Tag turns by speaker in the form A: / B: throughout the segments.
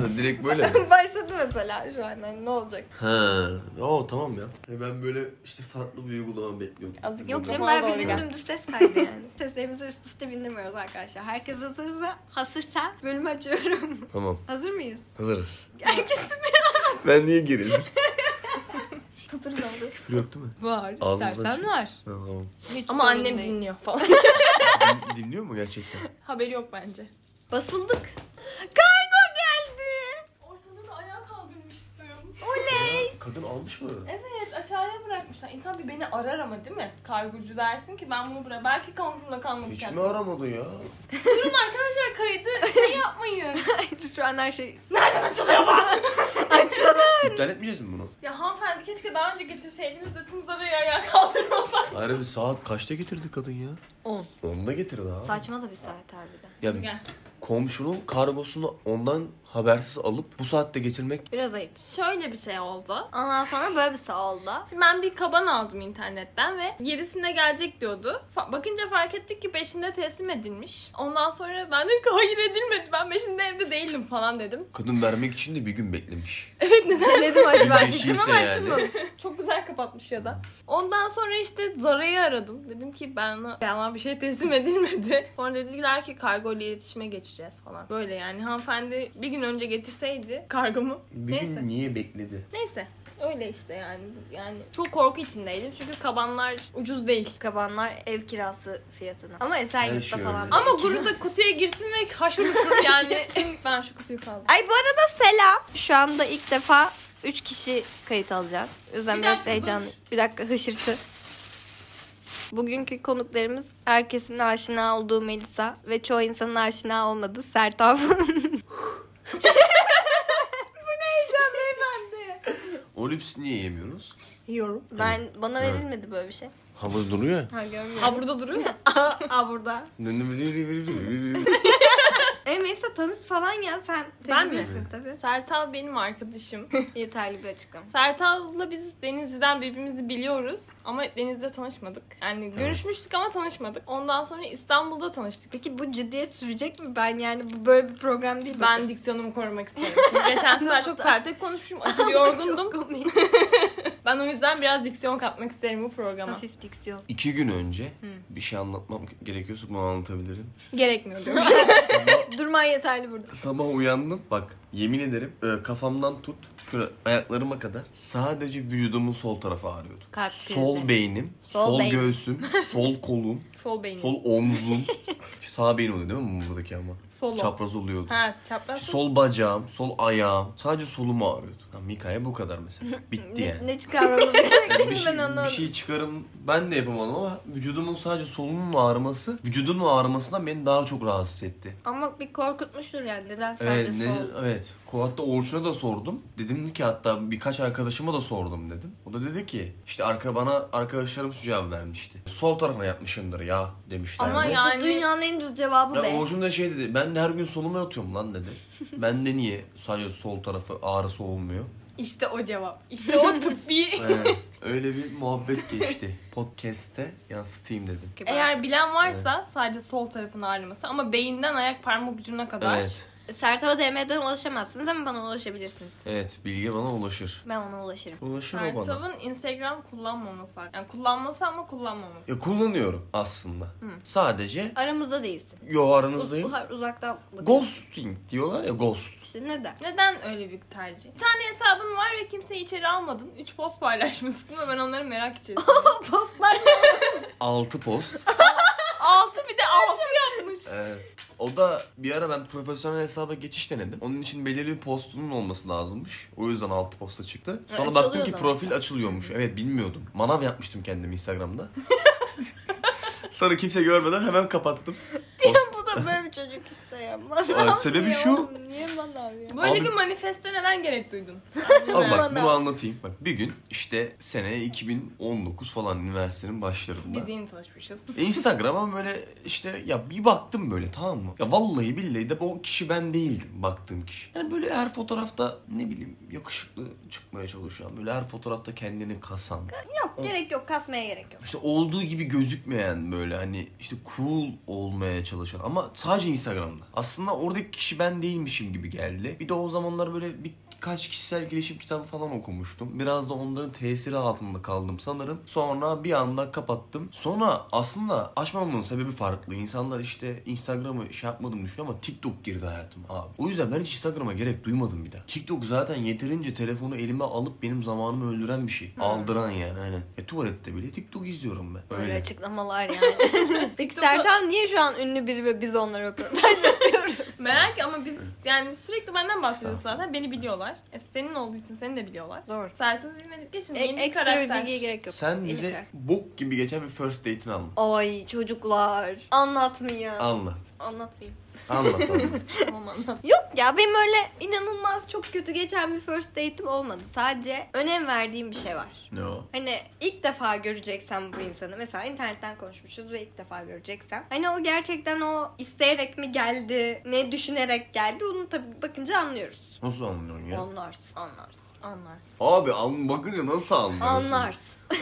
A: direkt böyle mi?
B: Başladı mesela şu an hani ne olacak?
A: Ha, o tamam ya. E Ben böyle işte farklı bir uygulama bekliyordum.
C: Azıcık
B: Yok canım
C: Mikrofona
B: bayağı
C: doğru
B: bildiğin
C: gel.
B: dümdüz ses kaydı yani. Seslerimizi üst üste bindirmiyoruz arkadaşlar. Herkes hazırsa, hazırsa bölümü açıyorum.
A: Tamam,
B: Hazır mıyız?
A: hazırız.
B: Herkes
A: Ben niye gerildim?
B: hazırız oldu.
A: Küfür yok değil mi?
B: Var.
A: Ağzımızdan
B: istersen
A: çık-
B: var.
A: Ha, tamam.
B: Hiç
C: Ama
B: sorun
C: annem
B: değil.
C: dinliyor falan.
A: Din- Dinliyor mu gerçekten?
C: Haberi yok bence.
B: Basıldık. Kargo geldi.
C: Ortalığı da ayağa kaldırmıştım.
A: Ya, kadın almış mı?
C: Evet aşağıya bırakmışlar. İnsan bir beni arar ama değil mi? Kargocu dersin ki ben bunu bırak. Belki kankumda
A: Hiç
C: kalmayacak.
A: mi aramadın ya?
C: Durun arkadaşlar kaydı şey yapmayın.
B: Hayır şu an her şey
C: Nereden açılıyor bu?
B: açıldı.
A: İptal etmeyeceğiz mi bunu?
C: ya hanımefendi keşke daha önce getirseydiniz de tınzarayı ayağa kaldırmasaydınız.
A: Hayır bir saat kaçta getirdi kadın ya?
B: 10.
A: Onda getirdi abi.
B: Saçma da bir saat harbiden.
A: Ya
C: Gel.
A: komşunun kargosunu ondan habersiz alıp bu saatte getirmek
B: Biraz ayıp.
C: Şöyle bir şey oldu.
B: Ondan sonra böyle bir sağ oldu.
C: Şimdi ben bir kaban aldım internetten ve yedisinde gelecek diyordu. Fa- bakınca fark ettik ki beşinde teslim edilmiş. Ondan sonra ben dedim ki hayır edilmedi ben beşinde evde değildim falan dedim.
A: kadın vermek için de bir gün beklemiş.
B: Denedim acaba
A: Bir
B: açacağım
A: değişirse
B: ama açılmamış.
C: Çok güzel kapatmış ya da. Ondan sonra işte Zara'yı aradım. Dedim ki ben bana bir şey teslim edilmedi. Sonra dediler ki kargo ile iletişime geçeceğiz falan. Böyle yani hanımefendi bir gün önce getirseydi kargomu.
A: Bir
C: Neyse.
A: gün niye bekledi?
C: Neyse. Öyle işte yani. Yani çok korku içindeydim çünkü kabanlar ucuz değil.
B: Kabanlar ev kirası fiyatına. Ama Esenyurt'ta
A: şey
B: falan.
A: öyle.
B: bir
C: Ama
B: ev
C: guru da
B: kirası.
C: kutuya girsin ve haşır uşur yani. ben şu kutuyu kaldım.
B: Ay bu arada selam. Şu anda ilk defa 3 kişi kayıt alacağız. O yüzden
C: Bir
B: biraz
C: dakika,
B: heyecanlı. Bir dakika hışırtı. Bugünkü konuklarımız herkesin aşina olduğu Melisa ve çoğu insanın aşina olmadığı Sertav. bu ne heyecan beyefendi?
A: Olips niye yemiyoruz?
C: Yiyorum.
B: Ben, bana verilmedi böyle bir şey.
A: Havuz duruyor.
B: Ha görmüyorum.
C: Ha burada duruyor mu?
B: Aa burada. E Melisa tanıt falan ya sen
C: Ben mi?
B: tecrübelisin tabii.
C: Sertal benim arkadaşım.
B: Yeterli bir açıklama.
C: Sertal'la biz Denizli'den birbirimizi biliyoruz ama Denizli'de tanışmadık. Yani görüşmüştük ama tanışmadık. Ondan sonra İstanbul'da tanıştık.
B: Peki bu ciddiyet sürecek mi? Ben yani bu böyle bir program değil.
C: Ben diksiyonumu korumak isterim. Çünkü Geçen sefer çok pertek konuşmuşum, aşırı yorgundum.
B: Çok komik.
C: Ben o yüzden biraz diksiyon katmak isterim bu programa.
B: Hafif diksiyon.
A: İki gün önce bir şey anlatmam gerekiyorsa bunu anlatabilirim.
C: Gerekmiyor diyorum.
B: Durman yeterli burada.
A: Sabah uyandım. Bak yemin ederim e, kafamdan tut şöyle ayaklarıma kadar sadece vücudumun sol tarafı ağrıyordu.
B: Kalp krizi.
A: sol beynim,
B: Sol
A: sol,
B: beyin.
A: göğsüm, sol kolum,
C: Sol beynim.
A: sol omzum. Sağ beyin oluyor değil mi buradaki ama?
C: Sol.
A: Çapraz oluyordu.
C: Ha çapraz.
A: Sol bacağım, sol ayağım. Sadece solum ağrıyordu. Ya, Mika'ya bu kadar mesela. Bitti
B: Ne,
A: yani.
B: ne çıkarmamız gerektiğini
A: bir, şey,
B: ben anlamadım.
A: bir şey çıkarım ben de yapamadım ama vücudumun sadece solunun ağrıması vücudumun ağrımasından beni daha çok rahatsız etti.
B: Ama bir korkutmuştur yani. Neden
A: Evet,
B: sadece
A: ne-
B: sol?
A: evet. Ko- Hatta Orçun'a da sordum. Dedim ki hatta birkaç arkadaşıma da sordum dedim. O da dedi ki işte arka bana arkadaşlarım cevap vermişti. Sol tarafına yapmışındır ya demişler.
C: Ama
A: de.
C: ya- Yani-
B: Bu dünyanın en düz cevabı
A: Ya
B: be.
A: Orçun da şey dedi. Ben de her gün soluma yatıyorum lan dedi. ben de niye sadece sol tarafı ağrısı olmuyor?
C: İşte o cevap. İşte o tıbbi.
A: Evet, Öyle bir muhabbet geçti. Podcast'te yansıtayım dedim.
C: Eğer bilen varsa sadece sol tarafın ağrıması ama beyinden ayak parmak ucuna kadar.
A: Evet.
B: Sertava DM'den ulaşamazsınız ama bana ulaşabilirsiniz.
A: Evet bilgi bana ulaşır.
B: Ben ona ulaşırım.
A: Ulaşır o bana.
C: Sertal'ın Instagram kullanmaması. Yani kullanması ama kullanmaması.
A: Ya kullanıyorum aslında. Sadece
B: Aramızda değilsin.
A: yo
B: Uz-
A: aranızdayım.
B: uha- uzaktan bakıyorsun.
A: Ghosting diyorlar ya ghost.
B: İşte neden?
C: Neden öyle bir tercih? Bir tane hesabın var ve kimseyi içeri almadın. 3 post paylaşmışsın ve ben onları merak içerisindeyim.
B: Postlar
A: 6 post.
C: 6 bir de 6 yapmış.
A: Ee, o da bir ara ben profesyonel hesaba geçiş denedim. Onun için belirli bir postunun olması lazımmış. O yüzden 6 posta çıktı.
B: Ha,
A: Sonra
B: açılıyor
A: baktım ki
B: zaten.
A: profil açılıyormuş. Evet bilmiyordum. Manav yapmıştım kendimi Instagram'da. Sonra kimse görmeden hemen kapattım. Post-
B: bu da böyle bir çocuk işte ya.
A: Aa, sebebi
B: Niye
A: şu.
B: oğlum? Niye manav ya?
C: Böyle
A: Abi-
C: bir manifeste neden gerek duydun?
A: Ama bak
B: Manav.
A: bunu anlatayım. Bak bir gün işte sene 2019 falan üniversitenin başlarında.
C: Biz yeni tanışmışız.
A: E, Instagram'a böyle işte ya bir baktım böyle tamam mı? Ya vallahi billahi de o kişi ben değildim baktığım kişi. Yani böyle her fotoğrafta ne bileyim yakışıklı çıkmaya çalışan böyle her fotoğrafta kendini kasan.
B: Yok gerek yok kasmaya gerek yok.
A: İşte olduğu gibi gözükmeyen böyle hani işte cool olmaya çalışan ama Ama sadece Instagram'da. Aslında oradaki kişi ben değilmişim gibi geldi. Bir de o zamanlar böyle birkaç kişisel gelişim kitabı falan okumuştum. Biraz da onların tesiri altında kaldım sanırım. Sonra bir anda kapattım. Sonra aslında açmamamın sebebi farklı. İnsanlar işte Instagram'ı şey yapmadım düşünüyor ama TikTok girdi hayatıma abi. O yüzden ben hiç Instagram'a gerek duymadım bir daha. TikTok zaten yeterince telefonu elime alıp benim zamanımı öldüren bir şey. Aldıran yani aynen. E tuvalette bile TikTok izliyorum ben.
B: Böyle açıklamalar yani. Peki Serkan niye şu an ünlü biri ve biz onları röportaj yapıyoruz?
C: Merak ama biz yani sürekli benden bahsediyoruz zaten. Beni biliyorlar. E, senin olduğu için seni de biliyorlar.
B: Doğru.
C: Sertan'ı bilmedik geçin.
B: E-
C: Yeni bir
B: ekstra bir
C: karakter.
B: bilgiye gerek yok.
A: Sen
B: Yeni
A: bize
B: karakter.
A: bok gibi geçen bir first date'ini anlat.
B: Ay çocuklar anlatmayın.
A: Anlat.
B: Anlatmayayım.
A: Anlat anlat.
C: Tamam anladım.
B: Yok ya benim öyle inanılmaz çok kötü geçen bir first date'im olmadı. Sadece önem verdiğim bir şey var.
A: ne o?
B: Hani ilk defa göreceksem bu insanı mesela internetten konuşmuşuz ve ilk defa göreceksem hani o gerçekten o isteyerek mi geldi ne düşünerek geldi onu tabii bakınca anlıyoruz.
A: Nasıl anlıyorsun ya?
B: Anlarsın anlarsın
C: Anlarsın.
A: Abi an bakınca nasıl anlıyorsun?
B: anlarsın.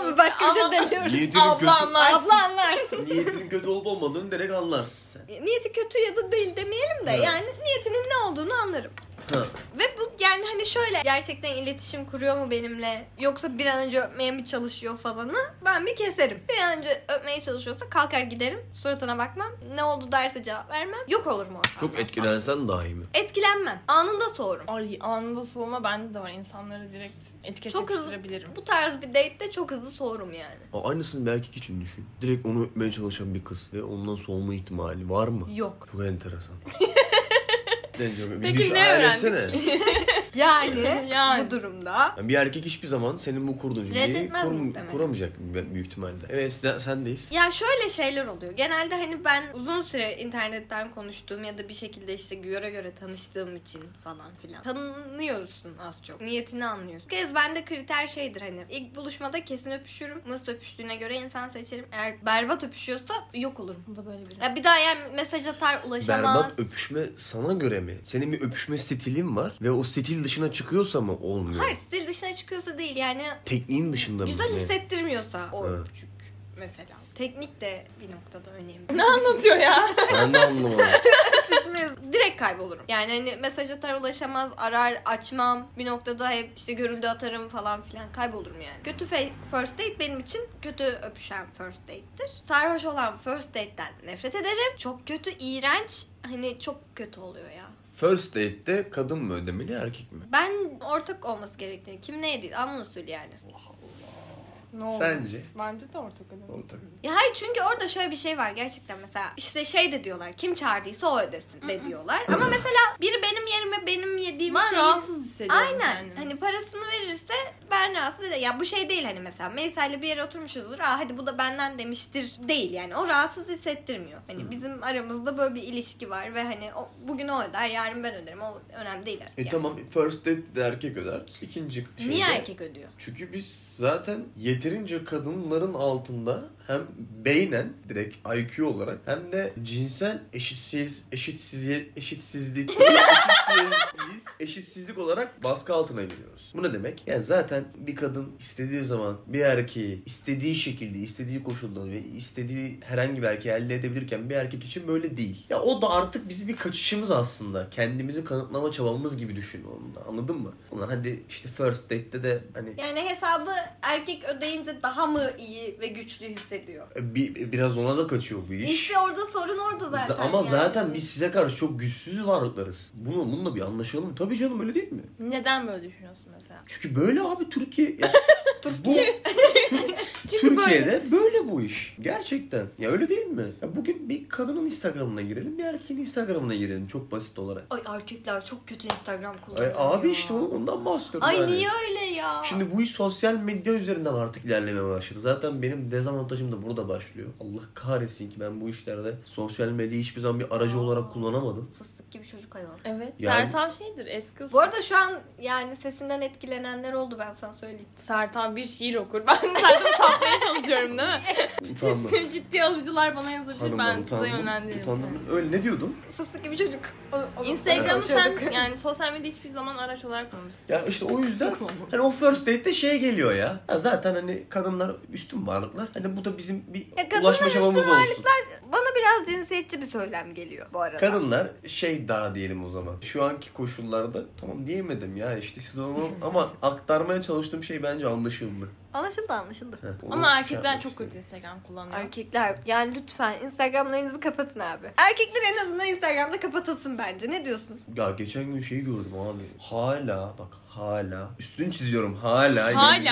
B: Ama başka bir şey
C: Ama-
B: demiyorum.
A: Niyetinin
C: Abla
A: kötü,
C: anlarsın.
B: Abla anlarsın.
A: niyetinin kötü olup olmadığını direkt anlarsın sen.
B: Niyeti kötü ya da değil demeyelim de
A: Evet.
B: yani niyetinin ne olduğunu anlarım.
A: Ha.
B: Ve bu yani hani şöyle gerçekten iletişim kuruyor mu benimle yoksa bir an önce öpmeye mi çalışıyor falanı ben bir keserim. Bir an önce öpmeye çalışıyorsa kalkar giderim suratına bakmam ne oldu derse cevap vermem yok olurum ortamda.
A: Çok etkilensen dahi mi?
B: Etkilenmem anında soğurum.
C: Ay anında soğuma bende de var. İnsanları direkt etiket
B: Çok hızlı-
C: yapıştırabilirim.
B: Bu tarz bir date'de çok hızlı soğurum yani.
A: O aynısını bir erkek için düşün. Direkt onu öpmeye çalışan bir kız ve ondan soğuma ihtimali var mı?
B: Yok.
A: Çok enteresan. Bence bir
C: Peki
A: düşün,
C: ne
A: hayal
C: öğrendik?
A: etsene.
B: Yani,
C: Yani.
B: bu durumda
A: Yani bir erkek hiçbir zaman senin bu kurduğun cümleyi
B: Reddetmez
A: kurum-
B: muhtemelen.
A: kuramayacak ben- büyük ihtimalle. Evet sen- sendeyiz.
B: Ya şöyle şeyler oluyor. Genelde hani ben uzun süre internetten konuştuğum ya da bir şekilde işte göre göre tanıştığım için falan filan. Tanıyorsun az çok. Niyetini anlıyorsun. Kez bende kriter şeydir hani. ilk buluşmada kesin öpüşürüm. Nasıl öpüştüğüne göre insan seçerim. Eğer berbat öpüşüyorsa yok olurum.
C: Bu da böyle biri.
B: Ya bir daha yani mesaj atar ulaşamaz.
A: Berbat öpüşme sana göre mi? Senin bir öpüşme stilin var ve o stil dışına çıkıyorsa mı olmuyor?
B: Hayır stil dışına çıkıyorsa değil yani
A: Tekniğin dışında mı?
B: güzel
A: Ne?
B: hissettirmiyorsa o
A: Evet.
B: öpücük mesela. Teknik de bir noktada önemli.
C: Ne anlatıyor ya?
A: Ben de anlamadım.
B: Öpüşmeyiz. Direkt kaybolurum. Yani hani mesaj atar ulaşamaz, arar, açmam. Bir noktada hep işte görüldü atarım falan filan kaybolurum yani. Kötü fe- first date benim için kötü öpüşen first date'tir. Sarhoş olan first date'den nefret ederim. Çok kötü, iğrenç. Hani çok kötü oluyor ya.
A: First date'te kadın mı ödemeli erkek mi?
B: Ben ortak olması gerektiğini. Kim neydi? Anla usulü yani.
C: Ne oldu?
A: Sence?
C: Bence de ortak ödem.
B: Ya hayır çünkü orada şöyle bir şey var gerçekten mesela işte şey de diyorlar kim çağırdıysa o ödesin de diyorlar. Ama mesela biri benim yerime benim yediğim
C: Ben
B: şeyi
C: rahatsız hissediyorum
B: şey- Aynen.
C: kendimi.
B: Hani parasını verirse ben rahatsız ederim. Ya bu şey değil hani mesela Meysel'le bir yere oturmuşuzdur. Aa hadi bu da benden demiştir. Değil yani. O rahatsız hissettirmiyor. Hani bizim aramızda böyle bir ilişki var ve hani o, bugün o öder, yarın ben öderim. O önemli değil.
A: E
B: yani.
A: tamam first date de erkek öder. şey İkinci şeyde.
B: Niye erkek ödüyor?
A: Çünkü biz zaten yeterince kadınların altında hem beynen direkt IQ olarak hem de cinsel eşitsiz eşitsizlik eşitsizlik eşitsizliğiz, eşitsizlik olarak baskı altına giriyoruz. Bu ne demek? Yani zaten bir kadın istediği zaman bir erkeği istediği şekilde, istediği koşulda ve istediği herhangi bir erkeği elde edebilirken bir erkek için böyle değil. Ya o da artık bizim bir kaçışımız aslında. Kendimizi kanıtlama çabamız gibi düşün onu da. Anladın mı? Ulan hadi işte first date'te de hani
B: Yani hesabı erkek ödeyince daha mı iyi ve güçlü hissediyor?
A: bir, biraz ona da kaçıyor bu iş.
B: İşte orada sorun orada zaten.
A: Ama
B: yani.
A: zaten biz size karşı çok güçsüz varlıklarız. Bunu, bununla bir anlaşalım. Tabii canım öyle değil mi?
C: Neden böyle düşünüyorsun mesela?
A: Çünkü böyle abi Türkiye. Ya, bu
C: Çünkü böyle.
A: Türkiye'de böyle bu iş. Gerçekten. Ya öyle değil mi? Ya bugün bir kadının Instagram'ına girelim, bir erkeğin Instagram'ına girelim çok basit olarak.
B: Ay erkekler çok kötü Instagram
A: Ay,
B: kullanıyor.
A: abi
B: ya.
A: işte o- ondan bahsediyorum.
B: Ay
A: yani.
B: niye öyle ya?
A: Şimdi bu iş sosyal medya üzerinden artık ilerlemeye başladı. Zaten benim dezavantajım da burada başlıyor. Allah kahretsin ki ben bu işlerde sosyal medyayı hiçbir zaman bir aracı
B: Aa.
A: olarak kullanamadım.
B: Fıstık gibi çocuk hayvan.
C: Evet.
A: Yani-
C: Sertan şeydir eski usul.
B: Bu arada şu an yani sesinden etkilenenler oldu ben sana söyleyeyim.
C: Sertan bir şiir okur. Ben Sertan'ı satmaya konuşuyorum değil mi?
A: Utandım.
C: Ciddi alıcılar bana yazabilir
A: Hanımlar
C: ben size
A: utandım.
C: yönlendiririm.
A: Utandım. Öyle ne diyordum?
B: Fıstık gibi çocuk. O- o-
C: Instagram'ı
B: konuşuyorduk.
C: sen yani sosyal medya hiçbir zaman araç olarak kullanmışsın.
A: Ya işte o yüzden hani o first date de şeye geliyor ya. ya. Zaten hani kadınlar üstün varlıklar. Hani bu da bizim bir
B: Ya kadınlar
A: ulaşma çabamız
B: üstün
A: olsun.
B: Bana biraz cinsiyetçi bir söylem geliyor bu arada.
A: Kadınlar şey daha diyelim o zaman. Şu anki koşullarda tamam diyemedim ya işte siz onu ama aktarmaya çalıştığım şey bence anlaşıldı.
B: Anlaşıldı anlaşıldı.
A: Heh, onu
C: Ama
A: şey
C: erkekler
A: yapmak
C: çok
A: istedim.
C: kötü Instagram kullanıyor.
B: Erkekler yani lütfen Instagram'larınızı kapatın abi. Erkekler en azından Instagram'da kapatasın bence. Ne diyorsunuz?
A: Ya geçen gün şeyi gördüm abi. Hala bak hala üstünü çiziyorum hala.
C: Hala
A: Yani,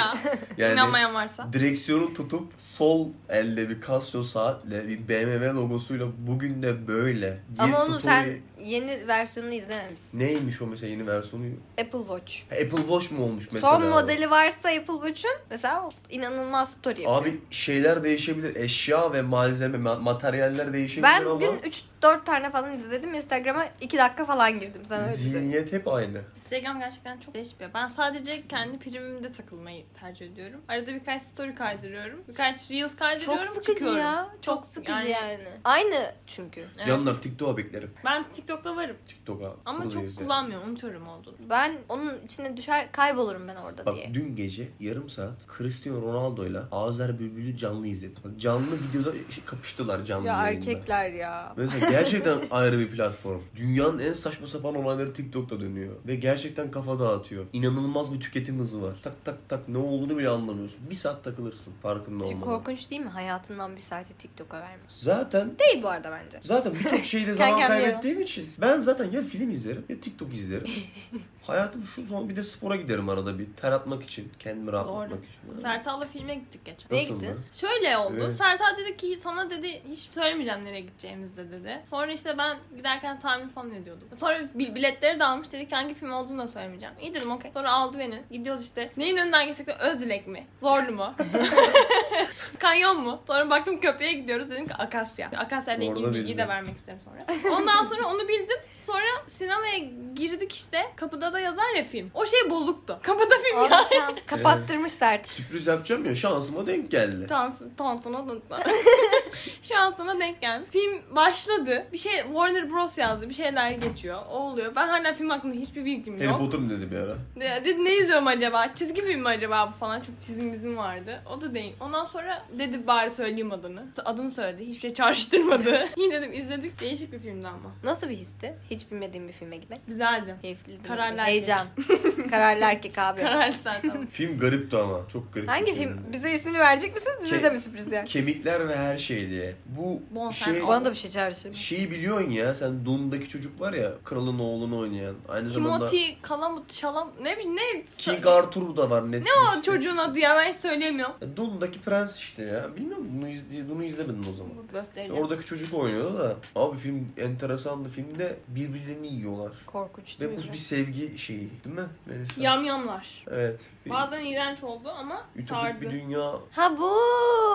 A: yani
C: inanmayan varsa.
A: direksiyonu tutup sol elde bir Casio saatle bir BMW logosuyla bugün de böyle. diye
B: Ama onu
A: story-
B: sen yeni versiyonunu izlememişsin.
A: Neymiş o mesela yeni versiyonu?
B: Apple Watch.
A: Apple Watch mu olmuş mesela?
B: Son modeli varsa Apple Watch'un mesela o inanılmaz story yapıyor.
A: Abi şeyler değişebilir. Eşya ve malzeme, ma- materyaller değişebilir
B: ben
A: şey ama
B: bugün 3-4 tane falan izledim. Instagram'a 2 dakika falan girdim sana öyle şey. söyleyeyim.
A: zihniyet hep aynı.
C: Instagram gerçekten çok değişmiyor. Ben sadece kendi primimde takılmayı tercih ediyorum. Arada birkaç story kaydırıyorum. Birkaç reels kaydırıyorum.
B: Çok sıkıcı
C: çıkıyorum.
B: ya. Çok, sıkıcı yani. Aynı çünkü.
C: Evet.
A: Yanlar TikTok'a beklerim.
C: Ben TikTok'ta varım.
A: TikTok'a.
C: Ama
A: Bunu da
C: çok
A: izlerim.
C: kullanmıyorum. Unutuyorum olduğunu.
B: Ben onun içine düşer kaybolurum ben orada
A: Bak
B: diye.
A: dün gece yarım saat Cristiano Ronaldo'yla Azer Bülbül'ü canlı izledim. Bak canlı videoda şey, kapıştılar canlı
B: Ya
A: yayında.
B: erkekler ya.
A: Mesela gerçekten ayrı bir platform. Dünyanın en saçma sapan olayları TikTok'ta dönüyor. Ve gerçekten kafa dağıtıyor. İnanılmaz bir tüketim hızı var. Tak tak tak ne olduğunu bile anlamıyorsun. Bir saat takılırsın farkında
B: Çünkü
A: olmadan.
B: korkunç değil mi? Hayatından bir saati TikTok'a vermiş.
A: Zaten
B: Değil bu arada bence.
A: Zaten birçok şeyde zaman
B: Kankam diyorum.
A: kaybettiğim için. Ben zaten ya film izlerim ya TikTok izlerim. Hayatım şu son bir de spora giderim arada bir. Ter atmak için. Kendimi rahatlatmak
C: Doğru.
A: için.
C: Sertal'la filme gittik geçen.
B: Neye
A: Nasıldı?
B: gittiniz?
C: Şöyle oldu.
A: Evet.
C: Sertal dedi ki sana dedi hiç söylemeyeceğim nereye gideceğimizde dedi. Sonra işte ben giderken tahmin falan ediyordum. Sonra bil- biletleri de almış dedi ki hangi film olduğunu da söylemeyeceğim. İyi dedim okey. Sonra aldı beni. Gidiyoruz işte. Neyin önünden geçsek de Özdilek mi? Zorlu mu? Kanyon mu? Sonra baktım köpeğe gidiyoruz dedim ki Akasya. Akasya ile
A: Orada
C: ilgili bilgiyi de
A: bildim.
C: vermek isterim sonra. Ondan sonra onu bildim. Sonra sinemaya girdik işte. Kapıda da yazar ya film. O şey bozuktu. Kapıda film
B: Abi
C: yazar.
B: şans kapattırmış sert.
A: Sürpriz yapacağım ya şansıma denk geldi.
C: Dans, tantana tantana. Şansına denk gelmiş. Film başladı. Bir şey Warner Bros yazdı. Bir şeyler geçiyor. O oluyor. Ben hala film hakkında hiçbir bilgim
A: Harry
C: yok.
A: Potter mı dedi bir ara?
C: Ne- Dedi ne izliyorum acaba? Çizgi film mi acaba bu falan? Çok çizim bizim vardı. O da değil. Ondan sonra dedi bari söyleyeyim adını. Adını söyledi. Hiçbir şey çağrıştırmadı. Yine dedim izledik. Değişik bir filmdi ama.
B: Nasıl bir histi? Hiç bilmediğim bir filme gitmek.
C: Güzeldi.
B: Keyifli değil mi?
C: Kararlı erkek.
B: Heyecan. Kararlı erkek abi.
C: Karar zaten.
A: Film garipti ama. Çok garip. bir
B: Hangi film? Bize ismini verecek misiniz? Bize
A: Şey-
B: de bir sürpriz yani.
A: Kemikler ve her şey diye. Bu
C: Bonfire
A: şey...
B: Bana da bir şey çağrışım.
A: Şeyi biliyorsun ya sen Doom'daki çocuk var ya kralın oğlunu oynayan. Aynı zamanda
C: Timothy Kalamut Şalam ne bileyim ne?
A: King Arthur da var
C: Ne
A: Netflix'te.
C: o çocuğun adı ya ben hiç söyleyemiyorum.
A: Ya Doom'daki prens işte ya. Bilmiyorum bunu, iz- bunu izlemedin o zaman. İşte
C: Göstereceğim.
A: oradaki çocuk oynuyordu da abi film enteresandı. Filmde birbirlerini yiyorlar.
B: Korkunç değil
A: Ve
B: mi?
A: bu bir sevgi şeyi değil mi? Melisa?
C: Yamyamlar.
A: Evet. Bir
C: Bazen iğrenç oldu ama
A: Ütopik
C: sardı.
A: bir dünya.
B: Ha bu.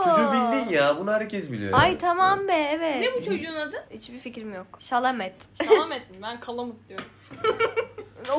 A: Çocuğu bildin ya. Bunu herkes biliyor.
B: Ay
A: yani.
B: tamam be evet.
C: Ne bu çocuğun adı?
B: Hiçbir fikrim yok. Şalamet.
C: Şalamet mi? Ben Kalamut diyorum.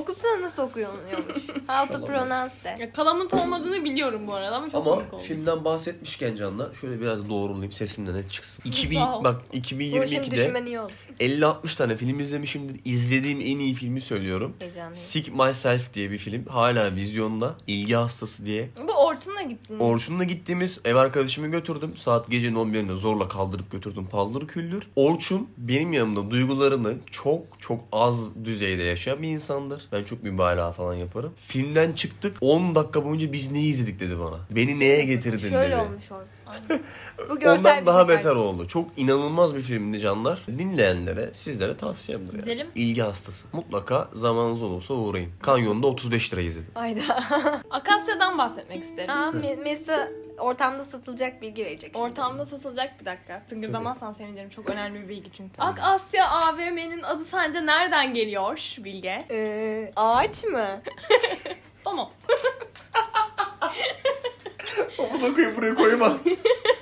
B: Okusana nasıl okuyormuş. How to
A: Şalamet.
B: pronounce de.
C: Ya Kalamut olmadığını biliyorum bu arada ama çok komik
A: Ama
C: oldu.
A: filmden bahsetmişken Can'la şöyle biraz doğrulayayım sesim de net çıksın. 2000
C: Sağ ol.
A: bak
B: Bu şimdi
A: 2022'de
B: düşünmen iyi oldu.
A: 50-60 tane film izlemişimdir. İzlediğim en iyi filmi söylüyorum.
B: Heyecanlıyım.
A: Sick Myself diye bir film. Hala vizyonda. İlgi hastası diye.
C: Bu Ortun'a gittin.
A: Orçun'la gittiğimiz ev arkadaşımı götürdüm. Saat gecenin 11'inde zorla kaldırıp götürdüm paldır küldür. Orçun benim yanımda duygularını çok çok az düzeyde yaşayan bir insandır. Ben çok mübalağa falan yaparım. Filmden çıktık 10 dakika boyunca biz neyi izledik dedi bana. Beni neye getirdin
B: Şöyle
A: dedi.
B: olmuş oldu. bu görsel
A: Ondan
B: bir
A: daha
B: şey
A: beter oldu. Çok inanılmaz bir filmdi canlar. Dinleyenlere, sizlere tavsiyemdir yani.
C: Gidelim.
A: İlgi hastası. Mutlaka zamanınız olursa uğrayın. Kanyonda 35 lira izledim.
B: Ayda.
C: Akasya'dan bahsetmek isterim.
B: Aa, Me- Melisa ortamda satılacak bilgi verecek şimdi.
C: Ortamda satılacak bir dakika. Tıngırdamazsan sevinirim. Çok önemli bir bilgi çünkü. Ak Asya AVM'nin adı sence nereden geliyor Bilge?
B: Ee, ağaç mı?
C: Tamam.
A: Bunu koyayım buraya koyma.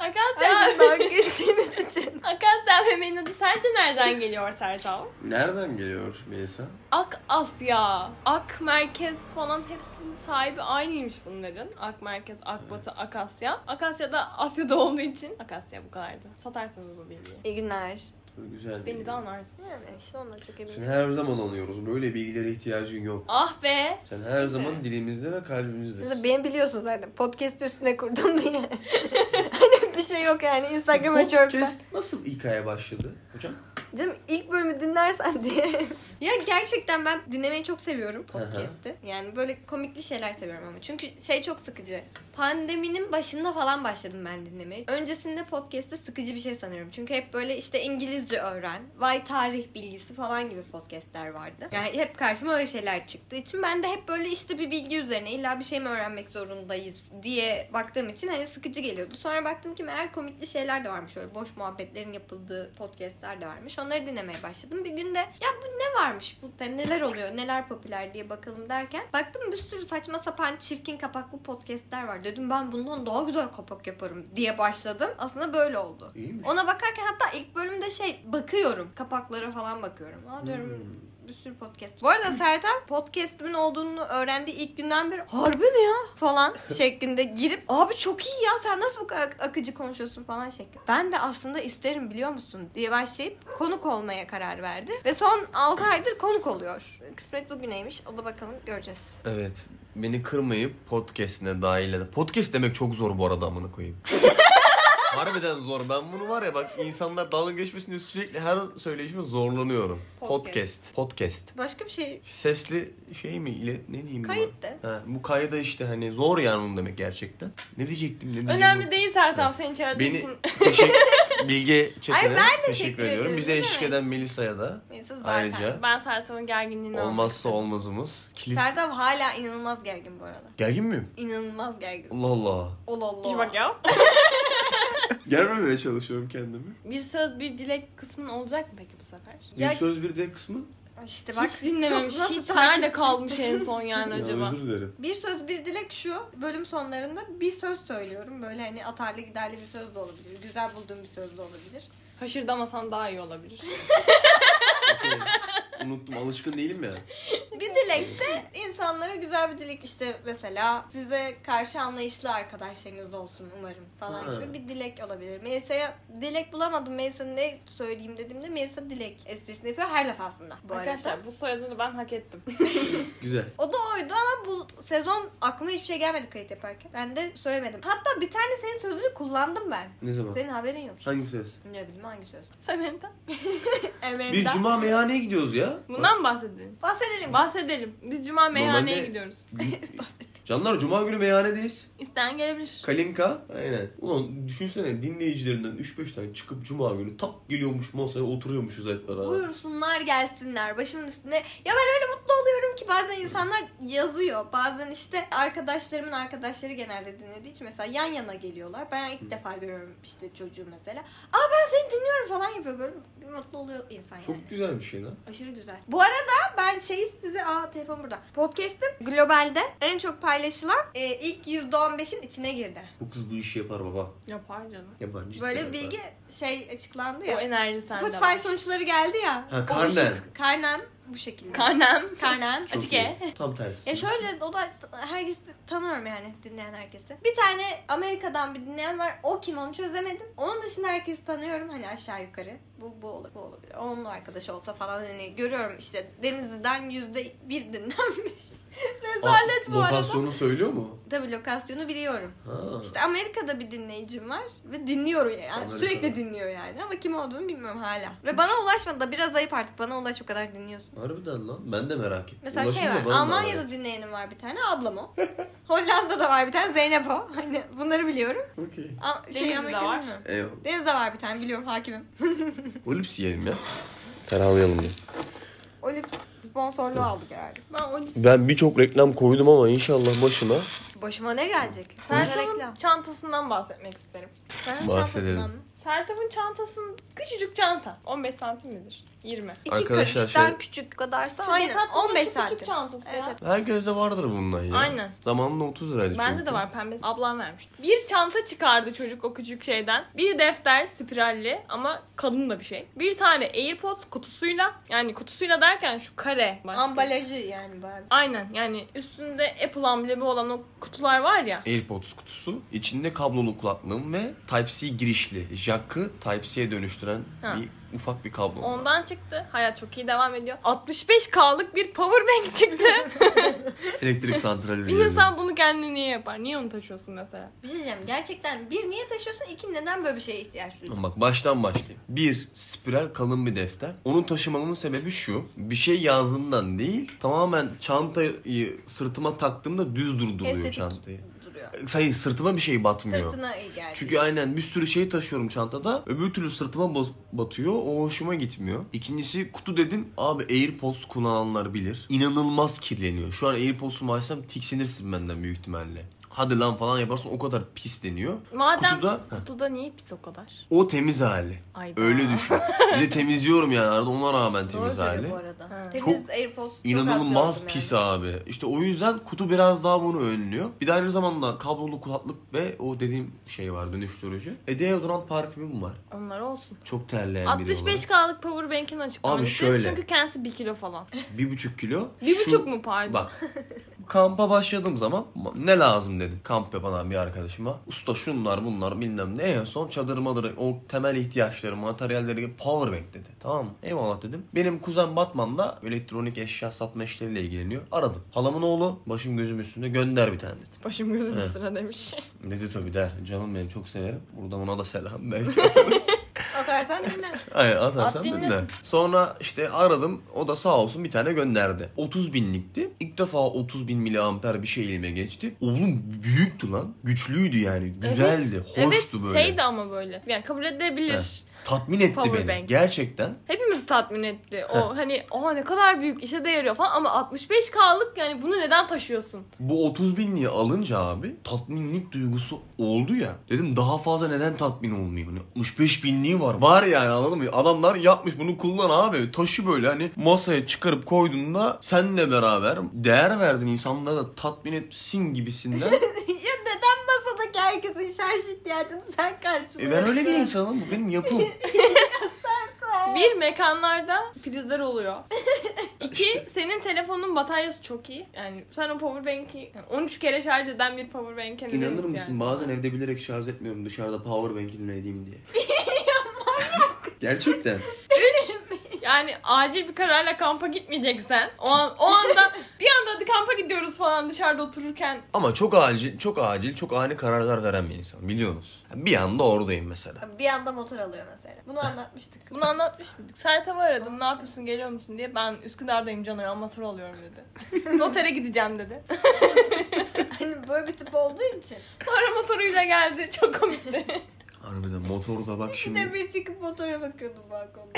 C: Ak
B: ihtiyacından geçtiğimiz için.
C: Akan sevmemenin adı sence nereden geliyor Sertav?
A: Nereden geliyor Melisa?
C: Ak Asya, Ak Merkez falan hepsinin sahibi aynıymış bunların. Ak Merkez, Ak Batı, Ak Asya. Ak Asya da Asya'da olduğu için Ak Asya bu kadardı. Satarsanız bu bilgiyi.
B: İyi günler.
A: Böyle güzel
C: Beni
A: bir-
C: de anlarsın.
B: Yani işte onunla çok
A: Sen
B: eminim.
A: her zaman anıyoruz. Böyle bilgilere ihtiyacın yok.
C: Ah be!
A: Sen her zaman dilimizde ve kalbimizdesin.
B: Siz de beni biliyorsunuz zaten. Podcast üstüne kurdum diye. hani bir şey yok yani. Instagram açıyorum. ben.
A: Podcast nasıl İK'ya başladı hocam?
B: Canım ilk bölümü dinlersen diye. ya gerçekten ben dinlemeyi çok seviyorum podcast'i. Yani böyle komikli şeyler seviyorum ama. Çünkü şey çok sıkıcı. Pandeminin başında falan başladım ben dinlemeye. Öncesinde podcast'i sıkıcı bir şey sanıyorum. Çünkü hep böyle işte İngilizce öğren, vay tarih bilgisi falan gibi podcast'ler vardı. Yani hep karşıma öyle şeyler çıktığı için ben de hep böyle işte bir bilgi üzerine illa bir şey mi öğrenmek zorundayız diye baktığım için hani sıkıcı geliyordu. Sonra baktım ki meğer komikli şeyler de varmış. Öyle boş muhabbetlerin yapıldığı podcastler de varmış. Onları dinlemeye başladım. Bir günde ya bu ne varmış? Bu da neler oluyor? Neler popüler diye bakalım derken baktım bir sürü saçma sapan çirkin kapaklı podcastler var. Dedim ben bundan daha güzel kapak yaparım diye başladım. Aslında böyle oldu.
A: İyiymiş.
B: Ona bakarken hatta ilk bölümde şey bakıyorum. Kapaklara falan bakıyorum. Aa diyorum bir sürü podcast. Bu arada Sertan podcastimin olduğunu öğrendiği ilk günden beri harbi mi ya falan şeklinde girip abi çok iyi ya sen nasıl bu kadar ak- akıcı konuşuyorsun falan şeklinde. Ben de aslında isterim biliyor musun diye başlayıp konuk olmaya karar verdi. Ve son 6 aydır konuk oluyor. Kısmet bugüneymiş. O da bakalım göreceğiz.
A: Evet. Beni kırmayıp podcast'ine dahil eden. Podcast demek çok zor bu arada amına koyayım. Harbiden zor. Ben bunu var ya bak insanlar dalga geçmesin diye sürekli her söyleyişime zorlanıyorum.
C: Podcast.
A: Podcast. Podcast.
B: Başka bir şey
A: Sesli şey mi? ile ne diyeyim buna?
B: kayıt da.
A: Ha, bu kayda işte hani zor yani onun demek gerçekten. Ne diyecektim ne diyeceğim.
C: Önemli değil Sertav
A: Evet.
C: senin çağırdığın
A: Beni
C: için.
A: teşekkür, Bilge Çetin'e
B: Ay, ben teşekkür
A: teşekkür ediyorum.
B: ederim,
A: Bize
B: ne
A: eşlik
B: demek.
A: eden Melisa'ya da
B: Neyse zaten.
A: ayrıca
C: Ben Sertav'ın gerginliğini
A: olmazsa olmazımız. Kilit.
B: Sertan hala inanılmaz gergin bu arada.
A: Gergin miyim?
B: İnanılmaz gergin.
A: Allah Allah.
B: Allah
C: Bir
B: Allah.
C: bak ya.
A: Germemeye çalışıyorum kendimi.
C: Bir söz bir dilek kısmın olacak mı peki bu sefer?
B: Ya-
A: Bir söz bir de kısmı.
B: İşte bak.
C: hiç dinlememiş.
B: çok nasıl
C: hiç
B: takipçi-
C: nerede kalmış en son yani
A: Ya,
C: acaba?
A: özür dilerim.
B: Bir söz bir dilek şu bölüm sonlarında bir söz söylüyorum. Böyle hani atarlı giderli bir söz de olabilir. Güzel bulduğum bir söz de olabilir.
C: Haşırdamasan daha iyi olabilir.
A: Okey. Unuttum alışkın değilim ya.
B: Bir dilekte insanlara güzel bir dilek işte mesela size karşı anlayışlı arkadaşlarınız olsun umarım
A: Ha.
B: falan gibi bir dilek olabilir. Melisa'ya dilek bulamadım. Melisa ne söyleyeyim dediğimde Melisa dilek esprisini yapıyor her defasında. Bu arada.
C: Arkadaşlar bu soyadını ben hak ettim.
A: Güzel.
B: O da oydu ama bu sezon aklıma hiçbir şey gelmedi kayıt yaparken. Ben de söylemedim. Hatta bir tane senin sözünü kullandım ben.
A: Ne zaman?
B: Senin haberin yok işte.
A: Hangi söz?
B: Ne bileyim hangi söz?
C: Sen Enda.
B: Emre'den.
A: Biz cuma meyhaneye gidiyoruz ya.
C: Bundan mı bahsedelim?
B: Bahsedelim.
C: Bahsedelim. Biz cuma meyhaneye
A: Normalde-
C: gidiyoruz.
A: Canlar cuma günü meyhanedeyiz.
C: İsteyen gelebilir.
A: Kalinka. Aynen. Ulan düşünsene dinleyicilerinden 3-5 tane çıkıp cuma günü tak geliyormuş masaya oturuyormuşuz hep beraber.
B: Buyursunlar gelsinler başımın üstüne. Ya ben öyle mutlu oluyorum ki bazen insanlar yazıyor. Bazen işte arkadaşlarımın arkadaşları genelde dinlediği için mesela yan yana geliyorlar. Ben ilk defa görüyorum işte çocuğu mesela. Aa ben seni dinliyorum falan yapıyor böyle. Bir mutlu oluyor insan yani.
A: Çok güzel bir şey lan.
B: Aşırı güzel. Bu arada ben şeyi size... Aa telefon burada. Podcast'im globalde en çok paylaşılan e, ilk %15'in içine girdi.
A: Bu kız bu işi yapar baba.
C: Yapar canım.
A: Yapar cidden
B: Böyle
A: yapar.
B: bir bilgi şey açıklandı
C: O
B: ya.
C: enerji sende var.
B: Spotify sonuçları geldi ya.
A: Ha,
B: O
A: karnen.
B: ışık- Karnem bu şekilde.
C: Karnem.
B: karnem.
A: Çok
C: Açık
A: iyi.
C: e.
A: Tam tersi.
B: Ya şöyle o da t- herkesi tanıyorum yani dinleyen herkesi. Bir tane Amerika'dan bir dinleyen var. O kim onu çözemedim. Onun dışında herkesi tanıyorum hani aşağı yukarı. Bu bu olabilir. Bu olabilir. Onun arkadaş olsa falan hani görüyorum işte Denizli'den yüzde bir dinlenmiş. Rezalet
A: Aa,
B: bu arada.
A: Lokasyonu söylüyor mu?
B: Tabii lokasyonu biliyorum.
A: Ha.
B: İşte Amerika'da bir dinleyicim var ve dinliyor yani
A: Amerika'da.
B: sürekli dinliyor yani ama kim olduğunu bilmiyorum hala. Ve bana ulaşmadı da biraz ayıp artık bana ulaş o kadar dinliyorsun.
A: Harbiden lan. Ben de merak ettim.
B: Mesela
A: Ulaşınca
B: şey
A: bana
B: var
A: da
B: Almanya'da
A: haber et.
B: dinleyenim var bir tane ablam o. Hollanda'da var bir tane Zeynep o. Hani bunları biliyorum.
A: Okey.
B: A- şey,
C: Denizli'de
B: Amerika'da-
C: var.
A: Eyvallah.
B: Denizli'de var bir tane biliyorum hakimim.
A: Olips şey yiyelim ya. Ferahlayalım ya.
B: Olip sponsorluğu aldık herhalde.
C: Ben o
A: Ben birçok reklam koydum ama inşallah başına.
B: Başıma ne gelecek? Sen
C: Sertab'ın
B: reklam.
C: çantasından bahsetmek isterim.
B: Sen
A: Bahsedelim.
B: çantasından mı?
C: Sertab'ın çantasının küçücük çanta. 15 santim midir? 20.
B: 2
A: Arkadaşlar
B: kuruştan
A: şöyle-
B: küçük kadarsa
C: Şu
B: aynen
C: Decathlon'un şu
B: 15
C: küçük
B: santim.
C: çantası ya.
B: Evet, evet.
A: Herkeste vardır bundan ya.
C: Aynen.
A: Zamanında 30 liraydı
C: Bende
A: çünkü.
C: de var pembe. Ablam vermiş. Bir çanta çıkardı çocuk o küçük şeyden. Bir defter spiralli ama kalın da bir şey. Bir tane AirPods kutusuyla yani kutusuyla derken şu kare. bak.
B: Ambalajı yani bari.
C: Aynen yani üstünde Apple amblemi olan o kutular var ya.
A: AirPods kutusu. içinde kablolu kulaklığım ve Type-C girişli. Jack'ı Type-C'ye dönüştüren
C: Ha.
A: bir ufak bir kablo.
C: Ondan çıktı. Hayat çok iyi devam ediyor. 65K'lık bir power bank çıktı.
A: Elektrik santrali
C: bir
A: diyelim.
C: insan bunu kendine niye yapar? Niye onu taşıyorsun mesela?
B: Bir şey diyeceğim. Gerçekten bir niye taşıyorsun? iki neden böyle bir şeye ihtiyaç duyuyorsun?
A: Bak baştan başlayayım. Bir, spiral kalın bir defter. Onu taşımamın sebebi şu. Bir şey yazdığımdan değil, tamamen çantayı sırtıma taktığımda düz durduruyor
B: Estetik.
A: çantayı.
B: Duruyor.
A: Hayır sırtıma bir şey batmıyor.
B: Sırtına iyi geldi.
A: Çünkü aynen bir sürü şey taşıyorum çantada. Öbür türlü sırtıma bas- batıyor. O hoşuma gitmiyor. İkincisi kutu dedin. Abi AirPods kullananlar bilir. İnanılmaz kirleniyor. Şu an AirPods'umu açsam tiksinirsin benden büyük ihtimalle. Hadi lan falan yaparsın o kadar pisleniyor.
C: Madem
A: Kutuda-
C: kutuda,
A: Heh.
C: niye pis o kadar?
A: O temiz hali.
C: Ay be.
A: Öyle düşün. Bir de temizliyorum yani arada ona rağmen
B: Doğru
A: temiz
B: söylüyor
A: hali.
B: bu arada.
C: Ha.
B: Temiz AirPods çok az
A: İnanılmaz
B: gördüm
A: pis
B: yani.
A: abi. İşte o yüzden kutu biraz daha bunu önlüyor. Bir de aynı zamanda kablolu kulaklık ve o dediğim şey var dönüştürücü. E deodorant parfümüm var.
C: Onlar olsun.
A: Çok terleyen biri olarak.
C: 65K'lık power bank'ini açıklamak
A: Abi
C: istiyoruz
A: şöyle.
C: çünkü kendisi 1 kilo falan.
A: Bir buçuk kilo.
C: Bir
A: Şu-
C: buçuk mu pardon?
A: Bak kampa başladığım zaman ne lazım dedim kamp yapan bir arkadaşıma. Usta şunlar bunlar bilmem ne. En son çadır madırı o temel ihtiyaçları materyalleri powerbank dedi. Tamam mı? Eyvallah dedim. Benim kuzen Batman'da elektronik eşya satma işleriyle ilgileniyor. Aradım. Halamın oğlu başım gözüm üstünde gönder bir tane dedim.
C: Başım gözüm
A: Evet.
C: üstüne demiş.
A: Dedi tabii der. Canım benim çok severim. Buradan ona da selam belki.
B: Atarsan dinler.
A: Hayır atarsan
C: At
A: ben de.
C: dinlesin.
A: Sonra işte aradım o da sağ olsun bir tane gönderdi. 30 binlikti. İlk defa 30 bin miliamper bir şey elime geçti. Oğlum büyüktü lan. Güçlüydü yani. Güzeldi. Hoştu
C: evet, şey
A: böyle.
C: şeydi ama böyle. Yani kabul edilebilir.
A: Evet. Tatmin etti
C: Power
A: beni.
C: bank.
A: Gerçekten.
C: Hepimizi tatmin etti. O hani oha ne kadar büyük işe de yarıyor falan ama 65K'lık yani bunu neden taşıyorsun?
A: Bu 30 binliği alınca abi tatminlik duygusu oldu ya. Dedim daha fazla neden tatmin olmayayım? Hani 65 binliği var. Var yani anladın mı? Adamlar yapmış bunu kullan abi. Taşı böyle hani masaya çıkarıp koyduğunda seninle beraber değer verdin insanlara da tatmin etsin gibisinden.
B: ya neden masadaki herkesin şarj ihtiyacını sen
A: e
B: karşılıyorsun?
A: ben öyle bir insanım. Bu benim yapım.
C: Bir mekanlarda prizler oluyor. İki senin telefonun bataryası çok iyi. Yani sen o powerbank'i yani 13 kere şarj eden bir powerbank'e neden
A: İnanır
C: ihtiyacın
A: mısın? Bazen evde bilerek şarj etmiyorum. Dışarıda power bank'imle edeyim diye. Gerçekten.
C: Yani acil bir kararla kampa gitmeyeceksen o an o anda bir anda hadi kampa gidiyoruz falan dışarıda otururken
A: Ama çok acil, çok acil, çok ani kararlar veren bir insan. Biliyorsunuz. Bir anda oradayım mesela.
B: Bir anda motor alıyor mesela. Bunu anlatmıştık.
C: bunu anlatmış mıydık? Sertab'ı aradım ne yapıyorsun geliyor musun diye ben Üsküdar'dayım Cano'ya motor alıyorum dedi. Notere gideceğim dedi.
B: Hani böyle bir tip olduğu için.
C: Sonra motoruyla geldi çok komikti.
A: Harbiden motoru da bak
B: Bir
A: şimdi.
B: de bir çıkıp motora bakıyordum balkonda.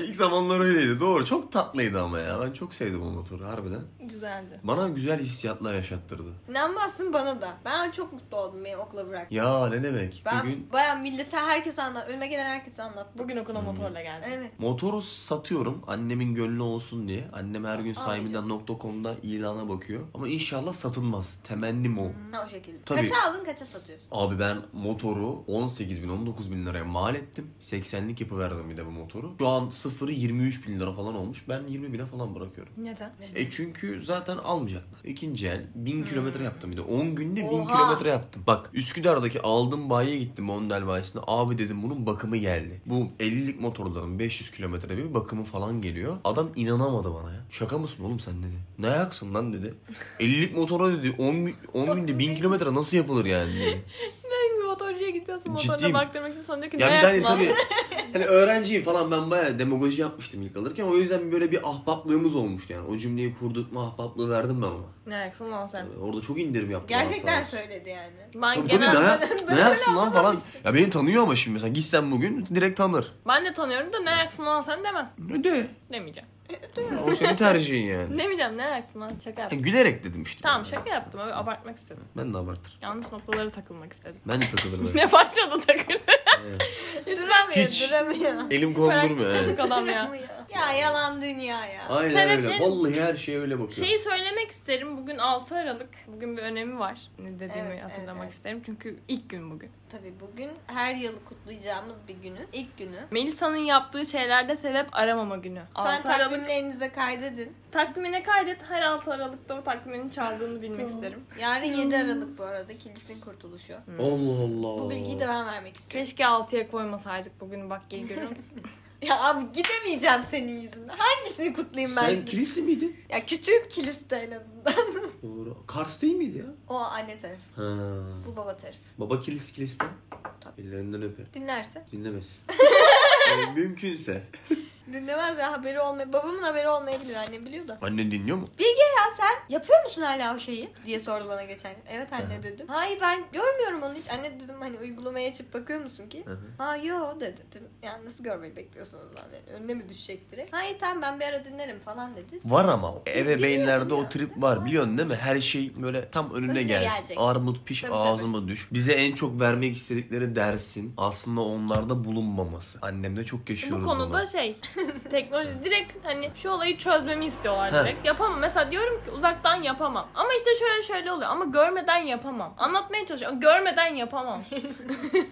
A: İlk zamanlar öyleydi doğru. Çok tatlıydı ama ya. Ben çok sevdim o motoru harbiden.
C: Güzeldi.
A: Bana güzel hissiyatlar yaşattırdı.
B: İnanmazsın bana da. Ben çok mutlu oldum beni okula bırak.
A: Ya ne demek.
B: Ben
A: Bugün
B: baya millete herkese anlat. Önüme gelen herkese anlattım.
C: Bugün okula motorla geldi.
B: Evet.
A: motoru satıyorum annemin gönlü olsun diye. Annem her gün sahibinden.com'da ilana bakıyor. Ama inşallah satılmaz. Temennim o.
B: Ha o şekilde.
A: Tabii.
B: Kaça aldın kaça satıyorsun?
A: Abi ben motoru 18 bin 19 bin liraya mal ettim. 80'lik yapıverdim bir de bu motoru. Şu an sıfırı 23 bin lira falan olmuş. Ben 20 bine falan bırakıyorum.
C: Neden?
A: E çünkü zaten almayacaklar. İkinci el 1000 kilometre yaptım bir de. 10 günde 1000
B: Oha!
A: kilometre yaptım. Bak Üsküdar'daki aldığım bayiye gittim Mondel bayisine. Abi dedim bunun bakımı geldi. Bu 50'lik motorların 500 kilometrede bir bakımı falan geliyor. Adam inanamadı bana ya. Şaka mısın oğlum sen dedi. Ne ayaksın lan dedi. 50'lik motora dedi 10, gün- 10 günde 1000 kilometre nasıl yapılır yani dedi.
C: Ne gibi motorcuya gidiyorsun
A: Ciddiyim.
C: motoruna baktırmak için sanıyor ki ne
A: Yani bir de hani
C: yapsın
A: tabii hani öğrenciyim falan ben bayağı demagoji yapmıştım ilk alırken. O yüzden böyle bir ahbaplığımız olmuştu yani. O cümleyi kurdurtma ahbaplığı verdim ben ona.
C: Ne yapsın lan sen?
A: Yani Ee, Orada çok indirim yaptım.
B: Gerçekten
A: bana sağ olsun.
B: söyledi yani.
C: Ben
A: Tabii tabii
C: genel
A: ne,
B: Ben-
A: yap-
B: ben
A: ne yapsın lan falan.
B: anlamamıştım.
A: Ya beni tanıyor ama şimdi mesela gitsen bugün direkt tanır.
C: ben de tanıyorum da ne yapsın lan sen demem.
A: Ne de.
C: Demeyeceğim.
A: O senin tercihin yani.
C: Demeyeceğim ne yaptım lan şaka
A: Ya
C: yaptım.
A: gülerek dedim işte.
C: Tamam şaka yaptım öyle abartmak istedim.
A: Ben de abartırım.
C: Yanlış noktalara takılmak istedim.
A: Ben de takılırım.
C: ne başladı takırdı.
A: Evet.
B: Duramıyor
A: Hiç.
B: duramıyor.
A: Elim kolum durmuyor. yani.
C: adam ya.
B: Duramıyor. Ya yalan dünya ya.
A: Aynen
C: Sebep
A: öyle.
C: ne?
A: Vallahi her şeye öyle bakıyorum.
B: Şey-
C: Şeyi söylemek isterim. Bugün 6 Aralık. Bugün bir önemi var. Ne dediğimi
B: Evet,
C: hatırlamak
B: evet, evet.
C: isterim. Çünkü ilk gün bugün.
B: Tabii bugün her yıl kutlayacağımız bir günün ilk günü.
C: Melisa'nın yaptığı şeylerde sebep aramama günü.
B: Lütfen
C: 6 Aralık.
B: takvimlerinize kaydedin.
C: Takvimine kaydet. Her 6 Aralık'ta o takvimin çaldığını bilmek isterim.
B: Yarın 7 Aralık bu arada kilisin kurtuluşu.
A: Allah Allah.
B: Bu bilgiyi de ben vermek istedim.
C: Keşke 6'ya koymasaydık bugün bak gel görün.
B: Ya abi gidemeyeceğim senin yüzünden. Hangisini kutlayayım ben
A: Sen
B: şimdi?
A: kilise miydin?
B: Ya küçüğüm kiliste en azından.
A: Doğru. Kars değil miydi ya?
B: o anne tarafı.
A: Ha.
B: Bu baba tarafı.
A: Baba kilis kilisten.
B: Tabii.
A: Ellerinden öper.
B: Dinlerse.
A: Dinlemez. Yani mümkünse.
B: Dinlemez ya haberi olmay. Babamın haberi olmayabilir. Annem biliyor da.
A: Annen dinliyor mu?
B: Ya sen yapıyor musun hala o şeyi? Diye sordu bana geçen gün. Evet anne dedim. Hayır ben görmüyorum onu hiç. Anne dedim hani uygulamaya açıp bakıyor musun ki?
A: Hı hı.
B: Ha yo dedi. dedim. Ya nasıl görmeyi bekliyorsunuz lan dedi. Önüne mi düşecek direkt? Hayır tamam ben bir ara dinlerim falan dedi.
A: Var ama o.
B: Biliyorum
A: E, Ebeveynlerde
B: ya.
A: o trip var biliyorsun değil mi? Her şey böyle tam önüne,
B: Önüne
A: gelsin.
B: gelecek.
A: Armut piş
B: Tabii,
A: ağzıma düş. Bize en çok vermek istedikleri dersin aslında onlarda bulunmaması. Annemde çok yaşıyoruz
C: Bu konuda
A: bunu.
C: şey teknoloji direkt hani şu olayı çözmemi istiyorlar
A: Heh.
C: direkt. Yapamam. Mesela diyorum ki uzaktan yapamam. Ama işte şöyle şöyle oluyor ama görmeden yapamam. Anlatmaya çalışıyorum. Görmeden yapamam.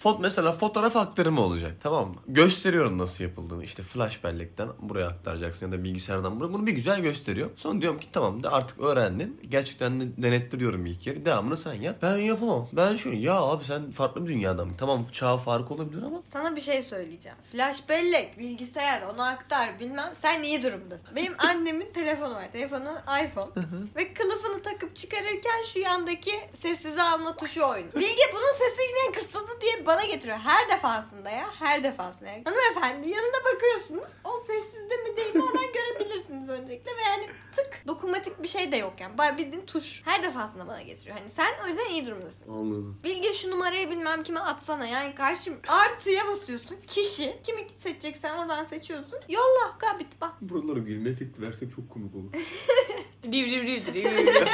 A: Fot mesela fotoğraf aktarımı olacak tamam mı? Gösteriyorum nasıl yapıldığını işte flash bellekten buraya aktaracaksın ya da bilgisayardan buraya bunu bir güzel gösteriyor. Sonra diyorum ki tamam de artık öğrendin. Gerçekten de denettiriyorum ilk yeri. Devamını sen yap. Ben yapamam. Ben şunu ya abi sen farklı bir dünyadan. Tamam çağ farkı olabilir ama
B: Sana bir şey söyleyeceğim. Flash bellek, bilgisayar, onu aktar bilmem. Sen iyi durumdasın? Benim annemin telefonu var. Telefonu iPhone. Ve kılıfını takıp çıkarırken şu yandaki sessize alma tuşu oynuyor. Bilge bunun sesi yine kısıldı diye bana getiriyor. Her defasında ya. Her defasında ya. Hanımefendi yanına bakıyorsunuz. O sessizde mi değil mi oradan görebilirsiniz öncelikle. Ve yani tık dokunmatik bir şey de yok yani. Bayağı bildiğin tuş. Her defasında bana getiriyor. Hani sen o yüzden iyi durumdasın.
A: anladım.
B: Bilge şu numarayı bilmem kime atsana yani karşım artıya basıyorsun kişi kimi seçeceksen oradan seçiyorsun yolla kabit bak
A: Buralara gülme efekti versek çok komik olur.
C: Riv riv riv riv riv riv.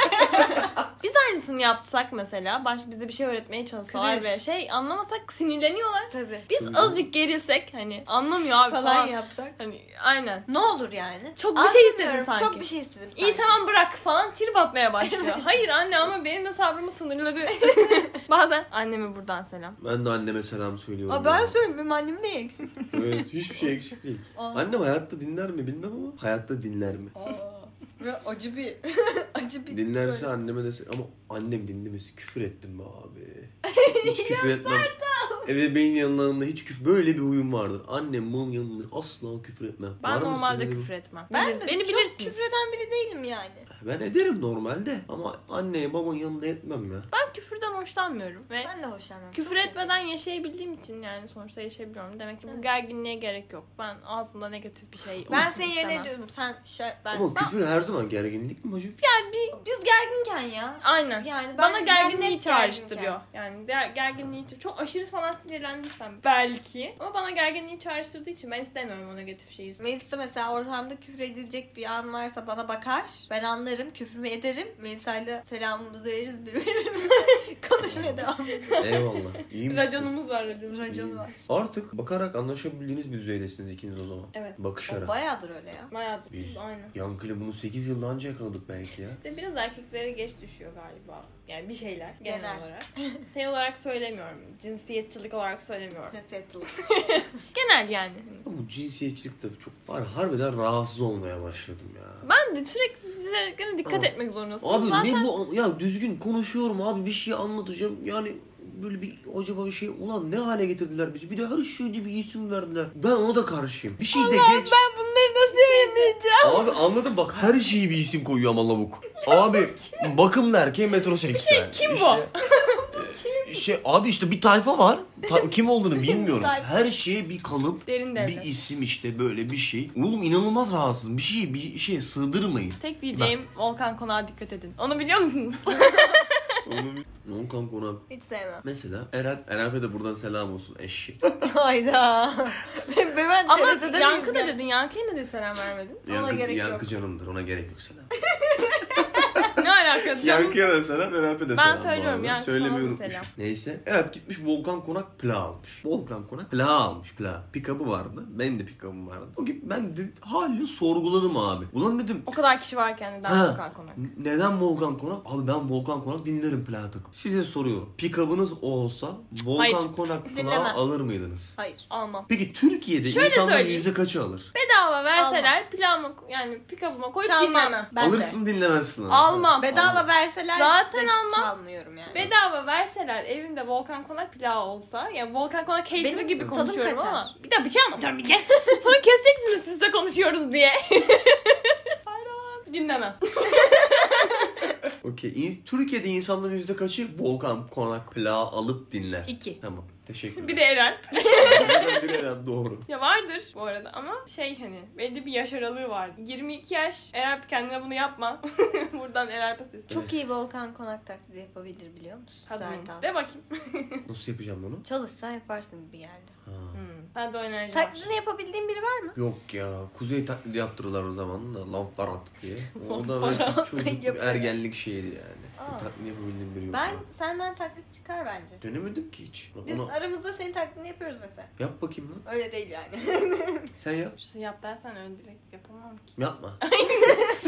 C: Biz aynısını yapsak mesela. Baş, bize bir şey öğretmeye çalışsalar
B: Kriz.
C: ve şey anlamasak sinirleniyorlar.
B: tabi
C: Biz
A: Tabii.
C: azıcık gerilsek hani anlamıyor abi falan.
B: falan yapsak
C: Hani aynen.
B: ne olur yani
C: Çok bir şey istedim
B: Anlamıyorum,
C: sanki.
B: çok bir şey istedim sanki.
C: İyi tamam bırak falan trip atmaya başlıyor. Hayır anne ama benim de sabrımın sınırları. Bazen anneme buradan selam.
A: Ben de anneme selam söylüyorum.
B: Aa, ben söyleyeyim benim annem ne eksik
A: Evet hiçbir şey eksik değil.
B: Aa.
A: Annem hayatta dinler mi bilmem ama hayatta dinler mi?
B: Aa, ve acı bir acı bir
A: Dinlerse
B: söyle.
A: anneme dese ama annem dinlemesi küfür ettim be abi. Hiç küfür etmem. Ebeveyn yanlarında hiç küfür böyle bir huyum vardır. Annem bunun yanında asla küfür etmem.
C: Ben
A: Var mı
C: normalde
A: sizin de-
C: küfür etmem.
B: ben
C: Bilir-
B: de
C: beni
B: çok
C: bilirsiniz.
B: küfreden biri değilim yani
A: Ben ederim normalde ama anneye babanın yanında etmem ya.
C: Ben küfürden hoşlanmıyorum ve
B: ben de hoşlanmam
C: küfür
B: Çok
C: etmeden
B: çekici.
C: yaşayabildiğim için yani sonuçta yaşayabiliyorum. Demek ki bu
B: Evet.
C: gerginliğe gerek yok. Ben ağzımda negatif bir şey
B: ben
C: olsun
B: senin yerine
C: istemem.
B: diyorum sen şey, ben
A: Ama küfür her zaman gerginlik mi hocam?
C: Yani bir
B: biz gerginken ya
C: aynen.
B: yani ben,
C: Bana
B: ben
C: gerginliği
B: net gerginken.
C: çağrıştırıyor. Yani ger- gerginliği çağ- çok aşırı falan sinirlendiysem belki ama bana gerginliği çağrıştırdığı için ben istemiyorum o negatif şeyi.
B: Melisa mesela ortamda küfür edilecek bir an varsa bana bakar. Ben anlarım, küfürümü ederim. Melisa'yla selamımızı veririz birbirimize. Konuşmaya devam ederiz.
A: Eyvallah. İyi mi?
C: Raconumuz var raconumuz.
B: Racon var.
A: Artık bakarak anlaşabildiğiniz bir düzeydesiniz ikiniz o zaman.
C: Evet.
A: Bakışarak.
B: O bayağıdır öyle ya.
C: Bayağıdır.
A: Biz-
C: Aynen.
A: Yankı'yla bunu 8 yılda anca yakaladık belki ya.
C: İşte biraz erkeklere geç düşüyor galiba. Yani bir şeyler genel,
B: Genel.
C: olarak. şey olarak söylemiyorum. Cinsiyetçilik olarak söylemiyorum.
B: Cinsiyetçilik.
C: Genel yani.
A: Bu cinsiyetçilik de çok var. Harbiden rahatsız olmaya başladım ya.
C: Ben de sürekli cinsiyetlerine dikkat
A: Aa.
C: etmek zorundasın.
A: Abi
C: Zaten
A: ne bu ya düzgün konuşuyorum abi bir şey anlatacağım yani böyle bir acaba bir şey ulan ne hale getirdiler bizi bir de her şeyde bir isim verdiler ben ona da karşıyım bir şey de geç
C: Ben bunları nasıl yayınlayacağım?
A: abi anladım bak her şeyi bir isim koyuyor ama lavuk abi bakımlı erkeğe metroseksüel
C: kim bu?
A: İşte- şey abi işte bir tayfa var Ta- kim olduğunu bilmiyorum
B: Tayfa.
A: her şeye bir kalıp
C: Derin devlet.
A: bir isim işte böyle bir şey oğlum inanılmaz rahatsız bir şey bir şeye sığdırmayın
C: Tek diyeceğim Volkan Konak'a dikkat edin. Onu biliyor musunuz?
A: Onu bir... Non kanka ona...
B: Hiç sevmem.
A: Mesela Eren, Eren'e de buradan selam olsun eşek.
B: Hayda. ben ben
C: Ama
B: TRT'de
C: yankı da
B: miyim?
C: dedin. Yankı'ya ne de selam vermedin?
B: Ona
A: Yankı,
B: gerek yok.
A: yankı canımdır ona gerek yok selam.
C: Ne alaka? Canım?
A: Yankı'ya da selam, Erap'e de
C: Ben
A: selam. bu
C: söylüyorum,
A: arada.
C: Yankı
A: Söylemeyi
C: sana da
A: unutmuşum.
C: selam.
A: Neyse. Erap gitmiş Volkan Konak pla almış. Volkan Konak pla almış pla. Pikabı vardı. Benim de pikabım vardı. O gibi ben de haliyle sorguladım abi. Ulan dedim
C: O kadar kişi varken neden
A: Ha.
C: Volkan Konak?
A: N- Neden Volkan Konak? Abi ben Volkan Konak dinlerim plağı takıp. Size soruyorum. Pikabınız olsa Volkan
C: Hayır.
A: Konak plağı
B: Dinlemem.
A: alır mıydınız?
B: Hayır.
C: Almam.
A: Peki Türkiye'de
C: Şöyle
A: insanların
C: söyleyeyim.
A: yüzde kaçı alır?
C: Bedava verseler pilavımı yani pikabıma koyup
B: Çalmam.
C: dinlemem.
B: Ben de.
A: Alırsın dinlemezsin. ama.
C: Almam.
B: Bedava verseler
C: Zaten
B: de
C: almam.
B: çalmıyorum yani.
C: Bedava verseler evimde Volkan Konak pilav olsa yani Volkan Konak hater
B: Benim
C: gibi
B: tadım
C: konuşuyorum ama
B: kaçar.
C: bir de bıçağı mı tabii ki. Sonra keseceksiniz siz de konuşuyoruz diye. Dinlemem.
A: Okey. İn- Türkiye'de insanların yüzde kaçı Volkan Konak plağı alıp dinler?
B: İki.
A: Tamam. Teşekkür ederim.
C: Biri Eren.
A: Bunlardan biri herhalde doğru.
C: Ya vardır bu arada ama şey hani belli bir yaş aralığı var. 22 yaş Erap kendine bunu yapma. Buradan Erap'a seslen.
B: Çok iyi Volkan Konak taklidi yapabilir biliyor musun?
C: Kadın.
B: Sertan.
C: De bakayım.
A: Nasıl yapacağım bunu?
B: Çalışsan yaparsın gibi geldi.
A: Ha.
C: Hmm. Hadi o enerji var.
B: Taklidini yapabildiğin biri var mı?
A: Yok ya. Kuzey taklidi yaptırırlar o zaman da lamplar attık diye. O da böyle çocuk bir
B: Yapıyor.
A: ergenlik şeyiydi yani.
B: Aa.
A: Bu taklidi yapabildiğim biri yok.
B: Ben
A: ya.
B: senden taklit çıkar bence.
A: Dönemedim ki hiç. Lan
B: Biz
A: Ona...
B: aramızda senin taklidini yapıyoruz mesela.
A: Yap bakayım lan.
B: Öyle değil yani.
A: Sen yap.
C: İşte yap dersen öyle direkt yapamam ki.
A: Yapma.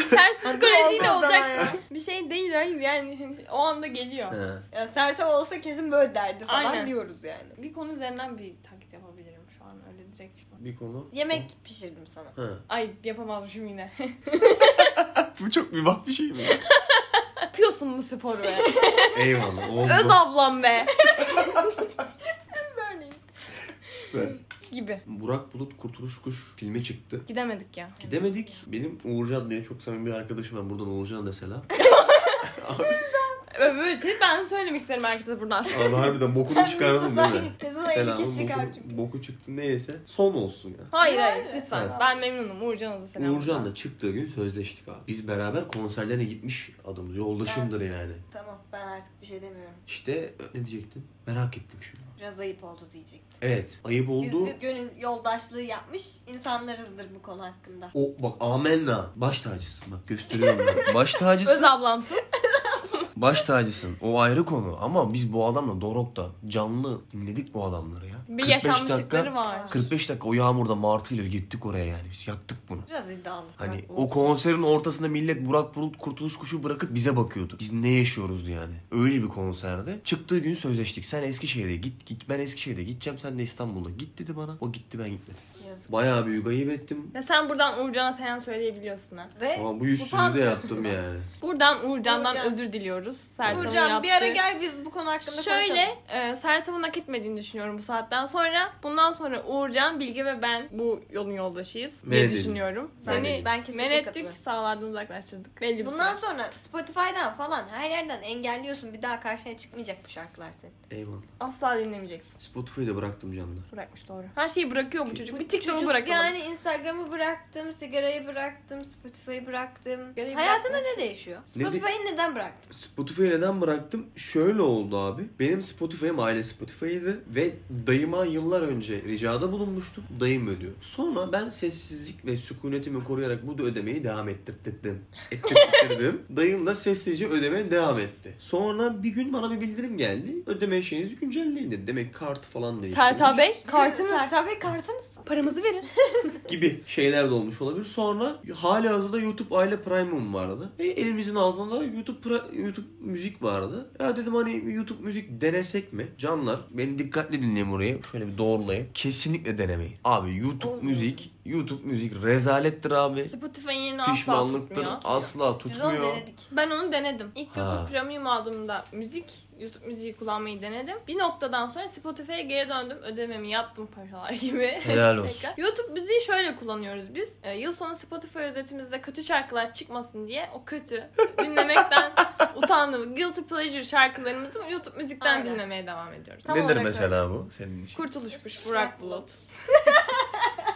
C: Ters
B: Hadi
C: psikolojiyle
B: oldu o zaman
C: olacak bir şey değil hayır yani hani o anda geliyor.
A: He.
B: ya Sertab olsa kesin böyle derdi falan
C: Aynen.
B: diyoruz yani.
C: Bir konu üzerinden bir taklit yapabilirim şu an öyle direkt çıkmam.
A: Bir konu.
B: Yemek pişirdim sana.
A: He.
C: Ay yapamazmışım yine.
A: Bu çok mübah bir şey mi?
C: Yapıyorsun bu sporu be.
A: Eyvallah.
C: Öz
A: Oldu.
C: ablam be.
B: Böyleyiz.
A: Süper.
C: Gibi.
A: Burak Bulut Kurtuluş Kuş filmi çıktı.
C: Gidemedik ya.
A: Gidemedik. Benim Uğurcan diye çok samimi bir arkadaşım var. Buradan Uğurcan'a da selam.
C: Öbür şey ben söylemek isterim herkese buradan.
A: Abi harbiden bokunu çıkaralım değil mi?
B: Mesela ilk iş
A: boku-
B: çıkar çünkü.
A: Boku çıktı neyse. Son olsun ya.
C: Hayır
B: Yani.
C: hayır lütfen.
A: Evet.
C: Ben memnunum. Uğurcan'a da selam.
A: Uğurcan'la çıktığı gün sözleştik abi. Biz beraber konserlerine gitmiş adamız. Yoldaşımdır yani.
B: Tamam ben artık bir şey demiyorum.
A: İşte ne diyecektin? Merak ettim şimdi.
B: Biraz ayıp oldu diyecektim.
A: Evet. Ayıp oldu.
B: Biz bir gönül yoldaşlığı yapmış insanlarızdır bu konu hakkında.
A: O bak amenna. Baş tacısın bak gösteriyorum ben. Baş
C: Öz
A: tacısın.
C: ablamsın.
A: Baş tacısın. O ayrı konu ama biz bu adamla Dorot'ta canlı dinledik bu adamları ya.
C: Bir
A: 45
C: yaşanmışlıkları
A: dakika-
C: var.
A: 45 dakika o yağmurda martıyla gittik oraya yani biz yaptık bunu.
B: Biraz iddialı.
A: Hani
C: Burak
A: o
C: Bulut.
A: konserin ortasında millet Burak Bulut Kurtuluş Kuşu bırakıp bize bakıyordu. Biz ne yaşıyoruzdu yani. Öyle bir konserde. Çıktığı gün sözleştik. Sen Eskişehir'e git git ben Eskişehir'e gideceğim sen de İstanbul'a git dedi bana. O gitti ben gitmedim.
B: Yazık.
A: Bayağı büyük ayıp ettim.
C: Ya sen buradan Uğurcan'a selam söyleyebiliyorsun ha.
B: Ve
A: Ama bu yüzsüzlüğü de
B: utanmıyorsun
A: yaptım
B: da.
A: yani.
C: Buradan Uğurcan'dan
B: Uğurcan.
C: özür diliyoruz. Serkan'ın
B: Uğurcan bir ara
C: yaptığı-
B: gel biz bu konu hakkında konuşalım.
C: Şöyle e, Sertab'ın hak etmediğini düşünüyorum bu saatten sonra. Bundan sonra Uğurcan, Bilge ve ben bu yolun yoldaşıyız diye
A: Men edildik.
C: düşünüyorum.
A: Ben-
C: Seni
B: ben kesinlikle
C: men ettik,
B: katılıyorum.
C: sağlardan uzaklaştırdık. Belli bir
B: Bundan
C: süre.
B: sonra Spotify'dan falan her yerden engelliyorsun. Bir daha karşına çıkmayacak bu şarkılar senin.
A: Eyvallah.
C: asla dinlemeyeceksin.
A: Spotify'ı da bıraktım canlı.
C: Bırakmış doğru. Her şeyi bırakıyor bu çocuk. Bir tık da
B: Çocuk
C: mı bırakamadı?
B: yani Instagram'ı bıraktım, sigarayı bıraktım, Spotify'ı bıraktım.
C: Sigarayı
B: Hayatında ne değişiyor?
A: Ne de-
B: Spotify'ı neden bıraktın?
A: Spotify'ı neden bıraktım? Şöyle oldu abi. Benim Spotify'ım aile Spotify'ydı ve dayıma yıllar önce ricada bulunmuştum. Dayım ödüyor. Sonra ben sessizlik ve sükunetimi koruyarak bu da ödemeyi devam ettirttim. Ettirttirdim. Dayım da sessizce ödemeye devam etti. Sonra bir gün bana bir bildirim geldi. Ödeme şeyinizi güncelleyin dedi. Demek kart falan değil.
C: Sertab Bey kartını
B: Sertab Bey kartınız.
C: paramızı verin.
A: gibi şeyler de olmuş olabilir. Sonra hali hazırda YouTube Aile Premium vardı. E, elimizin altında da YouTube Pra- YouTube Müzik vardı. Ya dedim hani YouTube Müzik denesek mi? Canlar beni dikkatli dinleyin burayı. Şöyle bir doğrulayayım. Kesinlikle denemeyin. Abi YouTube
B: Olmuyor.
A: Müzik YouTube Müzik rezalettir abi.
C: Spotify'ın yerini asla
A: Pişmanlıktır.
C: tutmuyor.
A: Asla
B: Biz onu
A: tutmuyor.
B: denedik.
C: Ben onu denedim. İlk
A: Ha.
C: YouTube Premium aldığımda müzik, YouTube müziği kullanmayı denedim. Bir noktadan sonra Spotify'a geri döndüm. Ödememi yaptım paşalar gibi.
A: Helal olsun.
C: Tekrar. YouTube müziği şöyle kullanıyoruz biz. Ee, yıl sonu Spotify özetimizde kötü şarkılar çıkmasın diye o kötü dinlemekten utandım. Guilty Pleasure şarkılarımızı YouTube müzikten
B: Aynen.
C: dinlemeye devam ediyoruz.
B: Tam
A: Nedir
B: olarak
A: mesela bu senin için?
C: Kurtuluşmuş Burak Bulut.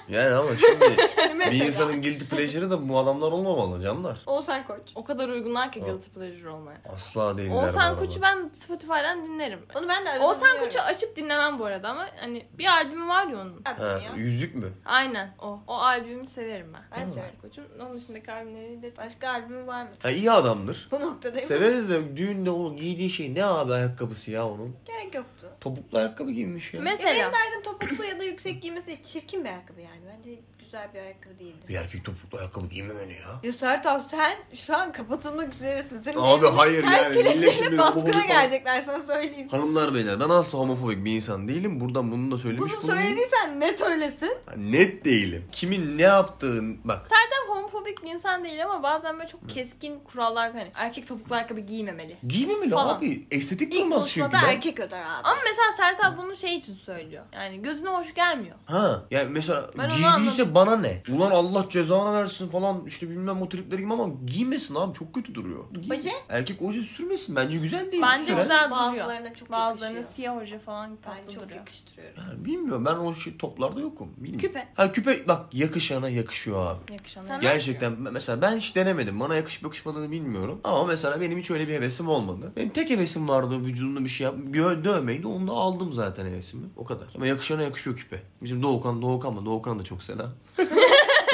A: Yani ama şimdi bir
B: Mesela.
A: insanın guilty pleasure'ı da bu adamlar olmamalı canlar.
B: Oğuzhan Koç.
C: O kadar uygunlar ki
A: O-
C: guilty pleasure olmaya.
A: Asla değiller bu
C: Oğuzhan
A: arada.
C: Koç'u ben Spotify'dan dinlerim.
B: Onu ben de arada
C: Oğuzhan
B: dinliyorum.
C: Koç'u açıp dinlemem bu arada ama hani bir albüm var ya onun.
B: Abi
A: Ha,
B: ya.
A: yüzük mü?
C: Aynen o. O albümü severim ben.
B: Ben severim.
C: Oğuzhan Koç'un onun dışındaki albümleri de
B: Başka albüm var mı?
A: Ha, iyi adamdır.
B: Bu noktadayım.
A: Severiz de düğünde o giydiği şey ne abi ayakkabısı ya onun.
B: Gerek yoktu.
A: Topuklu ayakkabı giymiş ya.
B: Ya benim
C: Mesela
B: derdim topuklu ya da yüksek giymesi çirkin bir ayakkabı yani. Bence güzel bir ayakkabı değildi.
A: Bir erkek topuklu ayakkabı giymemeli ya.
B: Ya Sertav sen şu an kapatılmak üzeresin. Senin
A: Abi
B: evinin
A: hayır
B: ters
A: yani, millet
B: kelepçeyle
A: şimdi
B: baskına
A: homofobik-
B: gelecekler sana söyleyeyim.
A: Hanımlar beyler ben asla homofobik bir insan değilim. Buradan bunu da söylemiş
B: Bunu
A: bulunayım.
B: söylediysen net öylesin.
A: Net değilim. Kimin ne yaptığın bak.
C: Sertab homofobik bir insan değil ama bazen böyle çok keskin kurallar hani erkek topuklu ayakkabı giymemeli.
A: Giymemeli
C: Falan.
A: abi. Estetik
B: İlk
A: durmaz çünkü.
B: buluşmada
A: lan.
B: erkek öder abi.
C: Ama mesela Sertab bunu şey için söylüyor. Yani gözüne hoş gelmiyor.
A: Ha yani mesela
C: Ben onu
A: giydiyse bana ne? Ulan Allah cezanı versin falan işte bilmem o triplere gibi ama giymesin abi çok kötü duruyor. Giymesin.
B: Oje?
A: Erkek oje sürmesin bence güzel değil.
C: Bence
A: süren.
C: güzel duruyor.
B: Bazılarına çok
C: Bazılarına
B: yakışıyor.
C: siyah hoca falan tatlı
B: Ben çok
C: duruyor.
B: yakıştırıyorum.
A: Yani bilmiyorum ben o şey toplarda yokum. Bilmiyorum.
C: Küpe.
A: Ha küpe bak yakışana yakışıyor abi.
C: Yakışan.
B: Sana-
A: Gerçekten me- mesela ben hiç denemedim. Bana yakışıp yakışmadığını bilmiyorum. Ama mesela benim hiç öyle bir hevesim olmadı. Benim tek hevesim vardı vücudumda bir şey yap. Gö dövmeydi. Onu da aldım zaten hevesimi. O kadar. Ama yakışana yakışıyor küpe. Bizim Doğukan, Doğukan mı? Doğukan'ı da çok selam.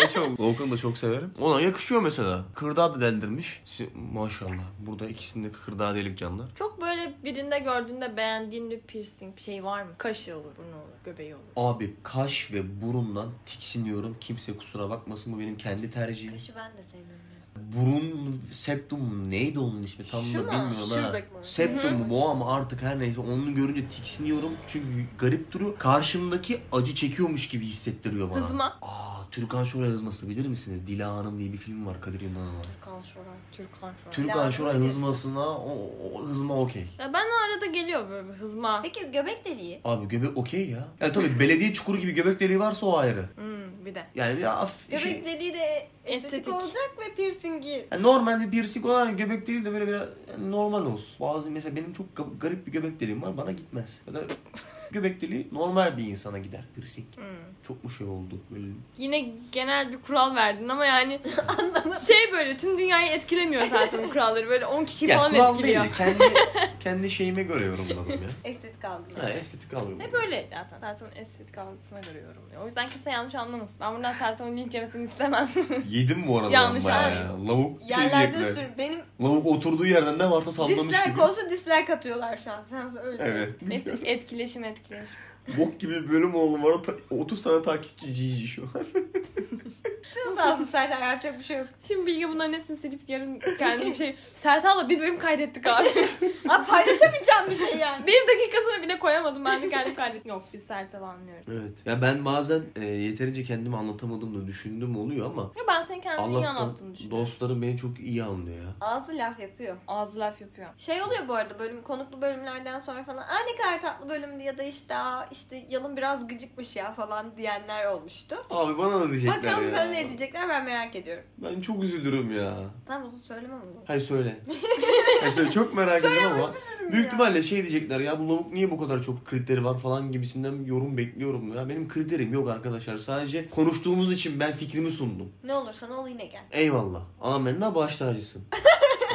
A: Kaç oldu? Doğukan'ı da çok severim. Ona yakışıyor mesela. Kırdağı da deldirmiş. Si- Maşallah. Burada ikisinde kırdağı delik canlar.
C: Çok böyle birinde gördüğünde beğendiğin bir piercing bir şey var mı? Kaşı olur, burnu olur, göbeği olur.
A: Abi kaş ve burundan tiksiniyorum. Kimse kusura bakmasın bu benim kendi tercihim.
B: Kaşı ben de sevmiyorum. ya.
A: Burun septum mu? neydi onun ismi tam
B: Şu
A: da
B: mu?
A: bilmiyorum ha.
C: Şuradaki
B: mi?
A: Septum mu boğa mı artık her neyse onu görünce tiksiniyorum çünkü garip duruyor. Karşımdaki acı çekiyormuş gibi hissettiriyor bana.
C: Hızma.
A: Aa Türkan Şoray hızması bilir misiniz? Dila Hanım diye bir film var Kadir Yıldırım'ın.
B: Kan şoran.
C: Türkan şu an.
A: Türkan
B: Hanım
A: Şoray
B: bilirsin.
A: hızmasına o, o hızma okey.
C: Ya ben o arada geliyor böyle bir hızma.
B: Peki göbek deliği?
A: Abi göbek okey ya. Yani tabii belediye çukuru gibi göbek deliği varsa o ayrı.
C: Hmm, bir de.
A: Yani bir af
B: Göbek
A: şey.
B: deliği de estetik,
C: Estetik.
B: olacak ve piercingi.
A: Yani normal bir piercing olan göbek değil de böyle biraz yani normal olsun. Bazı mesela benim çok ga- garip bir göbek deliğim var bana gitmez. Ya da göbek deliği normal bir insana gider piercing.
C: Hmm.
A: Çok mu şey oldu böyle.
C: Yine genel bir kural verdin ama yani şey böyle tüm dünyayı etkilemiyor zaten bu kuralları. Böyle 10 kişiyi
A: Ya
C: falan
A: kural değil
C: etkiliyor.
A: de kendi, kendi şeyime göre yorumladım ya.
B: Estetik aldım.
A: Ha estetik alıyorum.
C: Hep öyle zaten. Sertan'ın estetik algısına göre yorumluyor. O yüzden kimse yanlış anlamasın. Ben buradan Sertan'ın linç yemesini istemem.
A: Yedim bu arada
C: Yanlış
A: ben bayağı
B: abi.
A: ya. Lavuk şey
B: Yerlerde
A: diyetler.
B: sür. Benim
A: Lavuk oturduğu yerden ne varsa sallamış gibi.
B: dislike olsa dislike atıyorlar şu an. Sen öyle söyle.
A: Evet.
C: Neyse etkileşim etkileşim.
A: Bok gibi bir bölüm oldu bana. ta- 30 tane takipçi cici şu an.
B: Canın sağ olsun Sertan yapacak bir şey yok.
C: Şimdi Bilge bunların hepsini silip yarın kendi bir şey... Sertan'la bir bölüm kaydettik abi.
B: Abi paylaşamayacağım bir şey yani.
C: bir dakikasını bile koyamadım. Ben de kendim kaydettim. Yok biz Sertan'ı anlıyoruz.
A: Evet. Ya ben bazen e, yeterince kendimi anlatamadım da düşündüğüm oluyor ama
C: Ya ben senin kendini iyi anlattığını
A: Allah'tan
C: düşünüyorum.
A: dostlarım beni çok iyi anlıyor ya.
B: Ağzı laf yapıyor.
C: Ağzı laf yapıyor.
B: Şey oluyor bu arada bölüm konuklu bölümlerden sonra falan. Aa ne kadar tatlı bölümdü ya da işte aa işte yalın biraz gıcıkmış ya falan diyenler olmuştu.
A: Abi bana da diyecekler
B: Bakalım
A: ya.
B: sana ne diyecekler ben merak ediyorum.
A: Ben çok üzülürüm ya.
B: Tam uzun söylemem onu.
A: Hayır söyle. Hayır söyle çok merak ediyorum ama. Büyük ihtimalle şey diyecekler ya bu lavuk niye bu kadar çok kriteri var falan gibisinden bir yorum bekliyorum ya. Benim kriterim yok arkadaşlar. Sadece konuştuğumuz için ben fikrimi sundum.
B: Ne olursan ol yine gel.
A: Eyvallah. Amenna baş tacısın.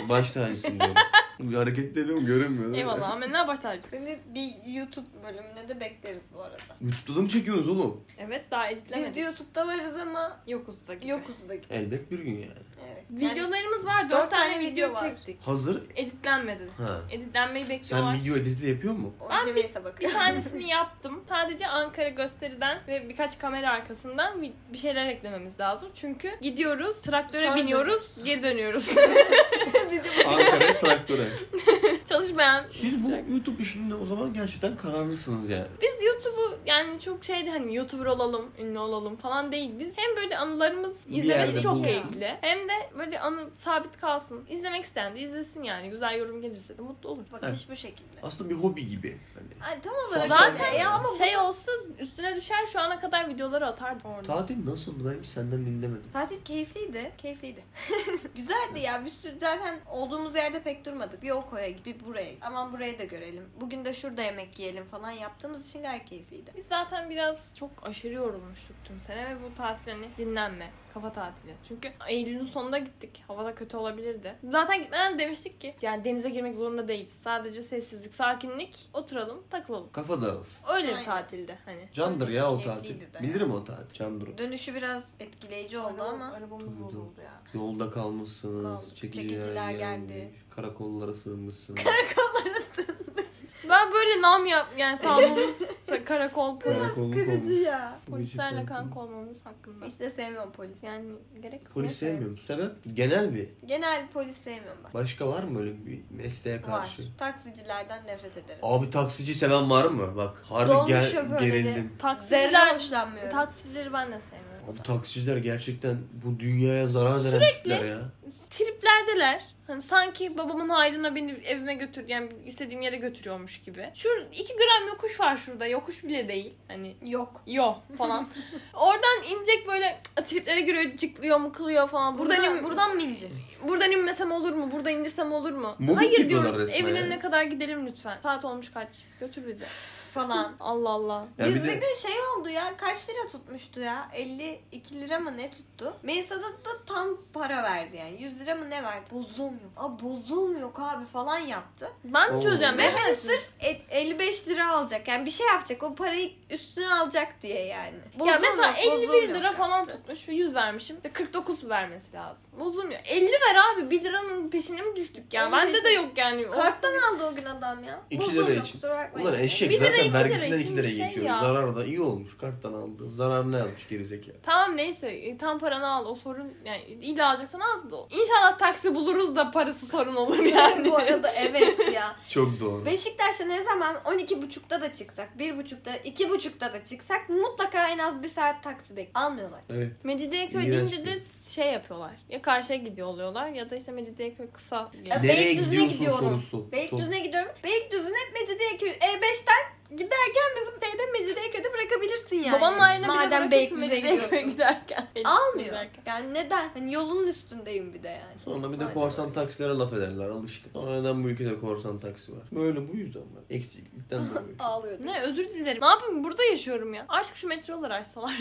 A: baş tacısın diyorum. Bir hareket ediyorum görünmüyor. değil mi?
C: Eyvallah. Amenna baş tacısın.
B: Seni bir YouTube bölümüne de bekleriz bu arada.
A: YouTube'da da mı çekiyorsunuz oğlum?
C: Evet daha
B: Biz de
C: editlemedik.
B: YouTube'da varız ama
C: Yokuz da gibi.
B: yokuz da.
A: Elbet bir gün yani.
B: Evet. Yani
C: Videolarımız var.
B: Dört
C: 4 tane,
B: tane
C: video,
B: video var.
C: çektik.
A: Hazır.
C: Editlenmedi.
A: Ha.
C: Editlenmeyi bekliyorlar.
A: Sen video editi yapıyor mu?
B: o
C: Ben
B: Jimenez'e
C: Bir
B: bakıyor.
C: tanesini yaptım. Sadece Ankara gösteriden ve birkaç kamera arkasından bir- bir şeyler eklememiz lazım. Çünkü gidiyoruz, traktöre
B: Sonra
C: biniyoruz, geri dönüyoruz.
B: Video-
A: Ankara traktöre.
C: Çalışmayan
A: Siz bu
C: Trak-
A: YouTube işinde o zaman gerçekten kararlısınız yani.
C: Biz YouTube'u yani çok şeydi hani YouTuber olalım, ünlü olalım falan değil. Biz hem böyle anılarımız
A: Bir
C: izlemesi
A: yerde
C: çok
A: bulsun.
C: keyifli. Hem de böyle anı sabit kalsın. İzlemek isteyen de izlesin yani. Güzel yorum gelirse de mutlu olur.
B: Bakış bu şekilde.
A: Aslında bir hobi gibi. Hani
B: Ay, tam olarak
C: Zaten
B: öyle. Ya ama bu
C: şey
B: da-
C: olsa üstüne düşer şu ana kadar videoları atardım orada.
A: tatil nasıldı? Ben hiç senden dinlemedim.
B: Tatil keyifliydi. Keyifliydi. Güzeldi ya. Bir sürü zaten olduğumuz yerde pek durmadık. bir o koya git, bir buraya git. Aman burayı da görelim. Bugün de şurada yemek yiyelim falan yaptığımız için gayet keyifliydi.
C: Biz zaten biraz çok aşırı yorulmuştuk tüm sene ve bu tatil hani dinlenme, kafa tatili. Çünkü Eylül'ün sonunda gittik. Hava da kötü olabilirdi. Zaten gitmeden demiştik ki yani denize girmek zorunda değiliz. Sadece sessizlik, sakinlik, oturalım, takılalım.
A: Kafa dağılsın.
C: Öyle
B: Aynen.
C: bir tatilde hani.
A: Candır ya o tatil.
B: Keyifliydi de.
A: Bilirim o tatil. Candır. o.
B: Dönüşü biraz etkileyici oldu ama
C: Arabamız
A: Tabii,
C: bozuldu ya.
A: Yolda kalmışsınız.
B: Kaldık.
A: Çekiciler,
B: Çekiciler
A: gelmiş,
B: geldi.
A: Karakollara sığınmışsınız.
C: Ben böyle nam yap yani sağlığımız karakol polis.
A: Karakolluk olmuş. şey
B: ya.
C: Polislerle
A: Polis-
C: kanka olmamız hakkında.
B: Hiç de sevmiyorum polis.
C: Yani gerek yok.
A: Polis
C: Neyse.
A: sevmiyor musun? Sebep? Genel bir.
B: Genel polis sevmiyorum ben.
A: Başka var mı böyle bir mesleğe
B: Var.
A: karşı?
B: Taksicilerden nefret ederim.
A: Abi taksici seven var mı? Bak harbi
B: Dolmuş
A: gel,
B: şoförleri.
A: gerildim.
B: Zerre
C: Taksiciler,
B: hoşlanmıyorum.
C: Ee, taksicileri ben de sevmiyorum.
A: Abi taksiciler gerçekten bu dünyaya zarar veren tipler ya.
C: triplerdeler. Hani sanki babamın hayrına beni evime götür yani istediğim yere götürüyormuş gibi. Şu 2 gram yokuş var şurada. Yokuş bile değil. Hani
B: Yok.
C: yo falan. Oradan inecek böyle cık, triplere giriyor, cıklıyor mu, kılıyor falan. Buradan,
B: Buradan,
C: in-
B: buradan mı ineceğiz?
C: buradan inmesem olur mu? Buradan indirsem olur mu?
A: Mobbing
C: Hayır
A: yapıyorlar
C: diyoruz.
A: resmen
C: Evin
A: yani.
C: önüne kadar gidelim lütfen. Saat olmuş kaç? Götür bizi.
B: Falan.
C: Allah Allah.
A: Ya
B: Biz
A: bir
B: bir,
A: de-
B: gün şey oldu ya kaç lira tutmuştu ya 52 lira mı ne tuttu? Meysa'da da tam para verdi yani 100 lira mı ne verdi? Bozuğum yok. Aa bozuğum yok abi falan yaptı.
C: Ben
A: Oo.
C: çözeceğim.
B: Ve
C: Ben
B: hani sırf e- 55 lira alacak yani bir şey yapacak o parayı üstüne alacak diye yani.
C: ya
B: Bozuğum
C: mesela
B: yok, bozuğum
C: 51 lira
B: yok
C: falan
B: yaptı.
C: tutmuş ve 100 vermişim. İşte 49 vermesi lazım. Bozulmuyor. 50 ver abi 1 liranın peşine mi düştük ya?
B: Onun
C: Bende de
B: peşine-
C: yok yani. O-
B: Karttan aldı o gün adam ya.
A: İki
B: Bozuğum
A: lira
B: yok,
A: için.
B: kusura bakmayın.
A: Ulan eşek
C: Bir lira, iki
A: zaten
C: lira
A: vergisinden
C: için
A: 2 lira
C: bir şey
A: geçiyor.
C: ya.
A: Zarar da iyi olmuş. Karttan aldı. Zarar ne yazmış gerizekalı.
C: Tamam neyse e, tam paranı al o sorun yani illa alacaksan al da o. İnşallah taksi buluruz da parası sorun olur yani.
B: Bu arada evet ya.
A: Çok doğru.
B: Beşiktaş'a ne zaman 12.30'da da çıksak, 1.30'da, 2.30'da da çıksak mutlaka en az bir saat taksi bek almıyorlar.
A: Evet.
C: Mecidiyeköy
A: İğrenç
C: deyince
A: bir-
C: de şey yapıyorlar. Ya karşıya gidiyor oluyorlar ya da işte Mecidiyeköy kısa.
B: Ya
C: geliyor.
B: Evet.
A: Nereye
B: Beylikdüzü'ne
A: gidiyorsun
B: gidiyorum.
A: sorusu.
B: Beylikdüzü'ne gidiyorum. Beylikdüzü'ne Mecidiyeköy E5'ten giderken bizim teyze Mecidiyeköy'de bırakabilirsin yani.
C: Babanın ayrına bile
B: Madem
C: bırakırsın
B: Beylikdüzü'ne
C: Mecidiyeköy'e
B: gidiyorsun.
C: giderken.
B: Almıyor.
C: Giderken.
B: Yani neden? Hani yolun üstündeyim bir de yani.
A: Sonra bir de
B: Aynen.
A: korsan taksilere laf ederler. Al işte. Sonra neden bu ülkede korsan taksi var? Böyle bu yüzden var. Eksiklikten dolayı.
B: Ağlıyordum.
C: Ne özür dilerim. Ne yapayım burada yaşıyorum ya. Aşk şu metroları açsalardı.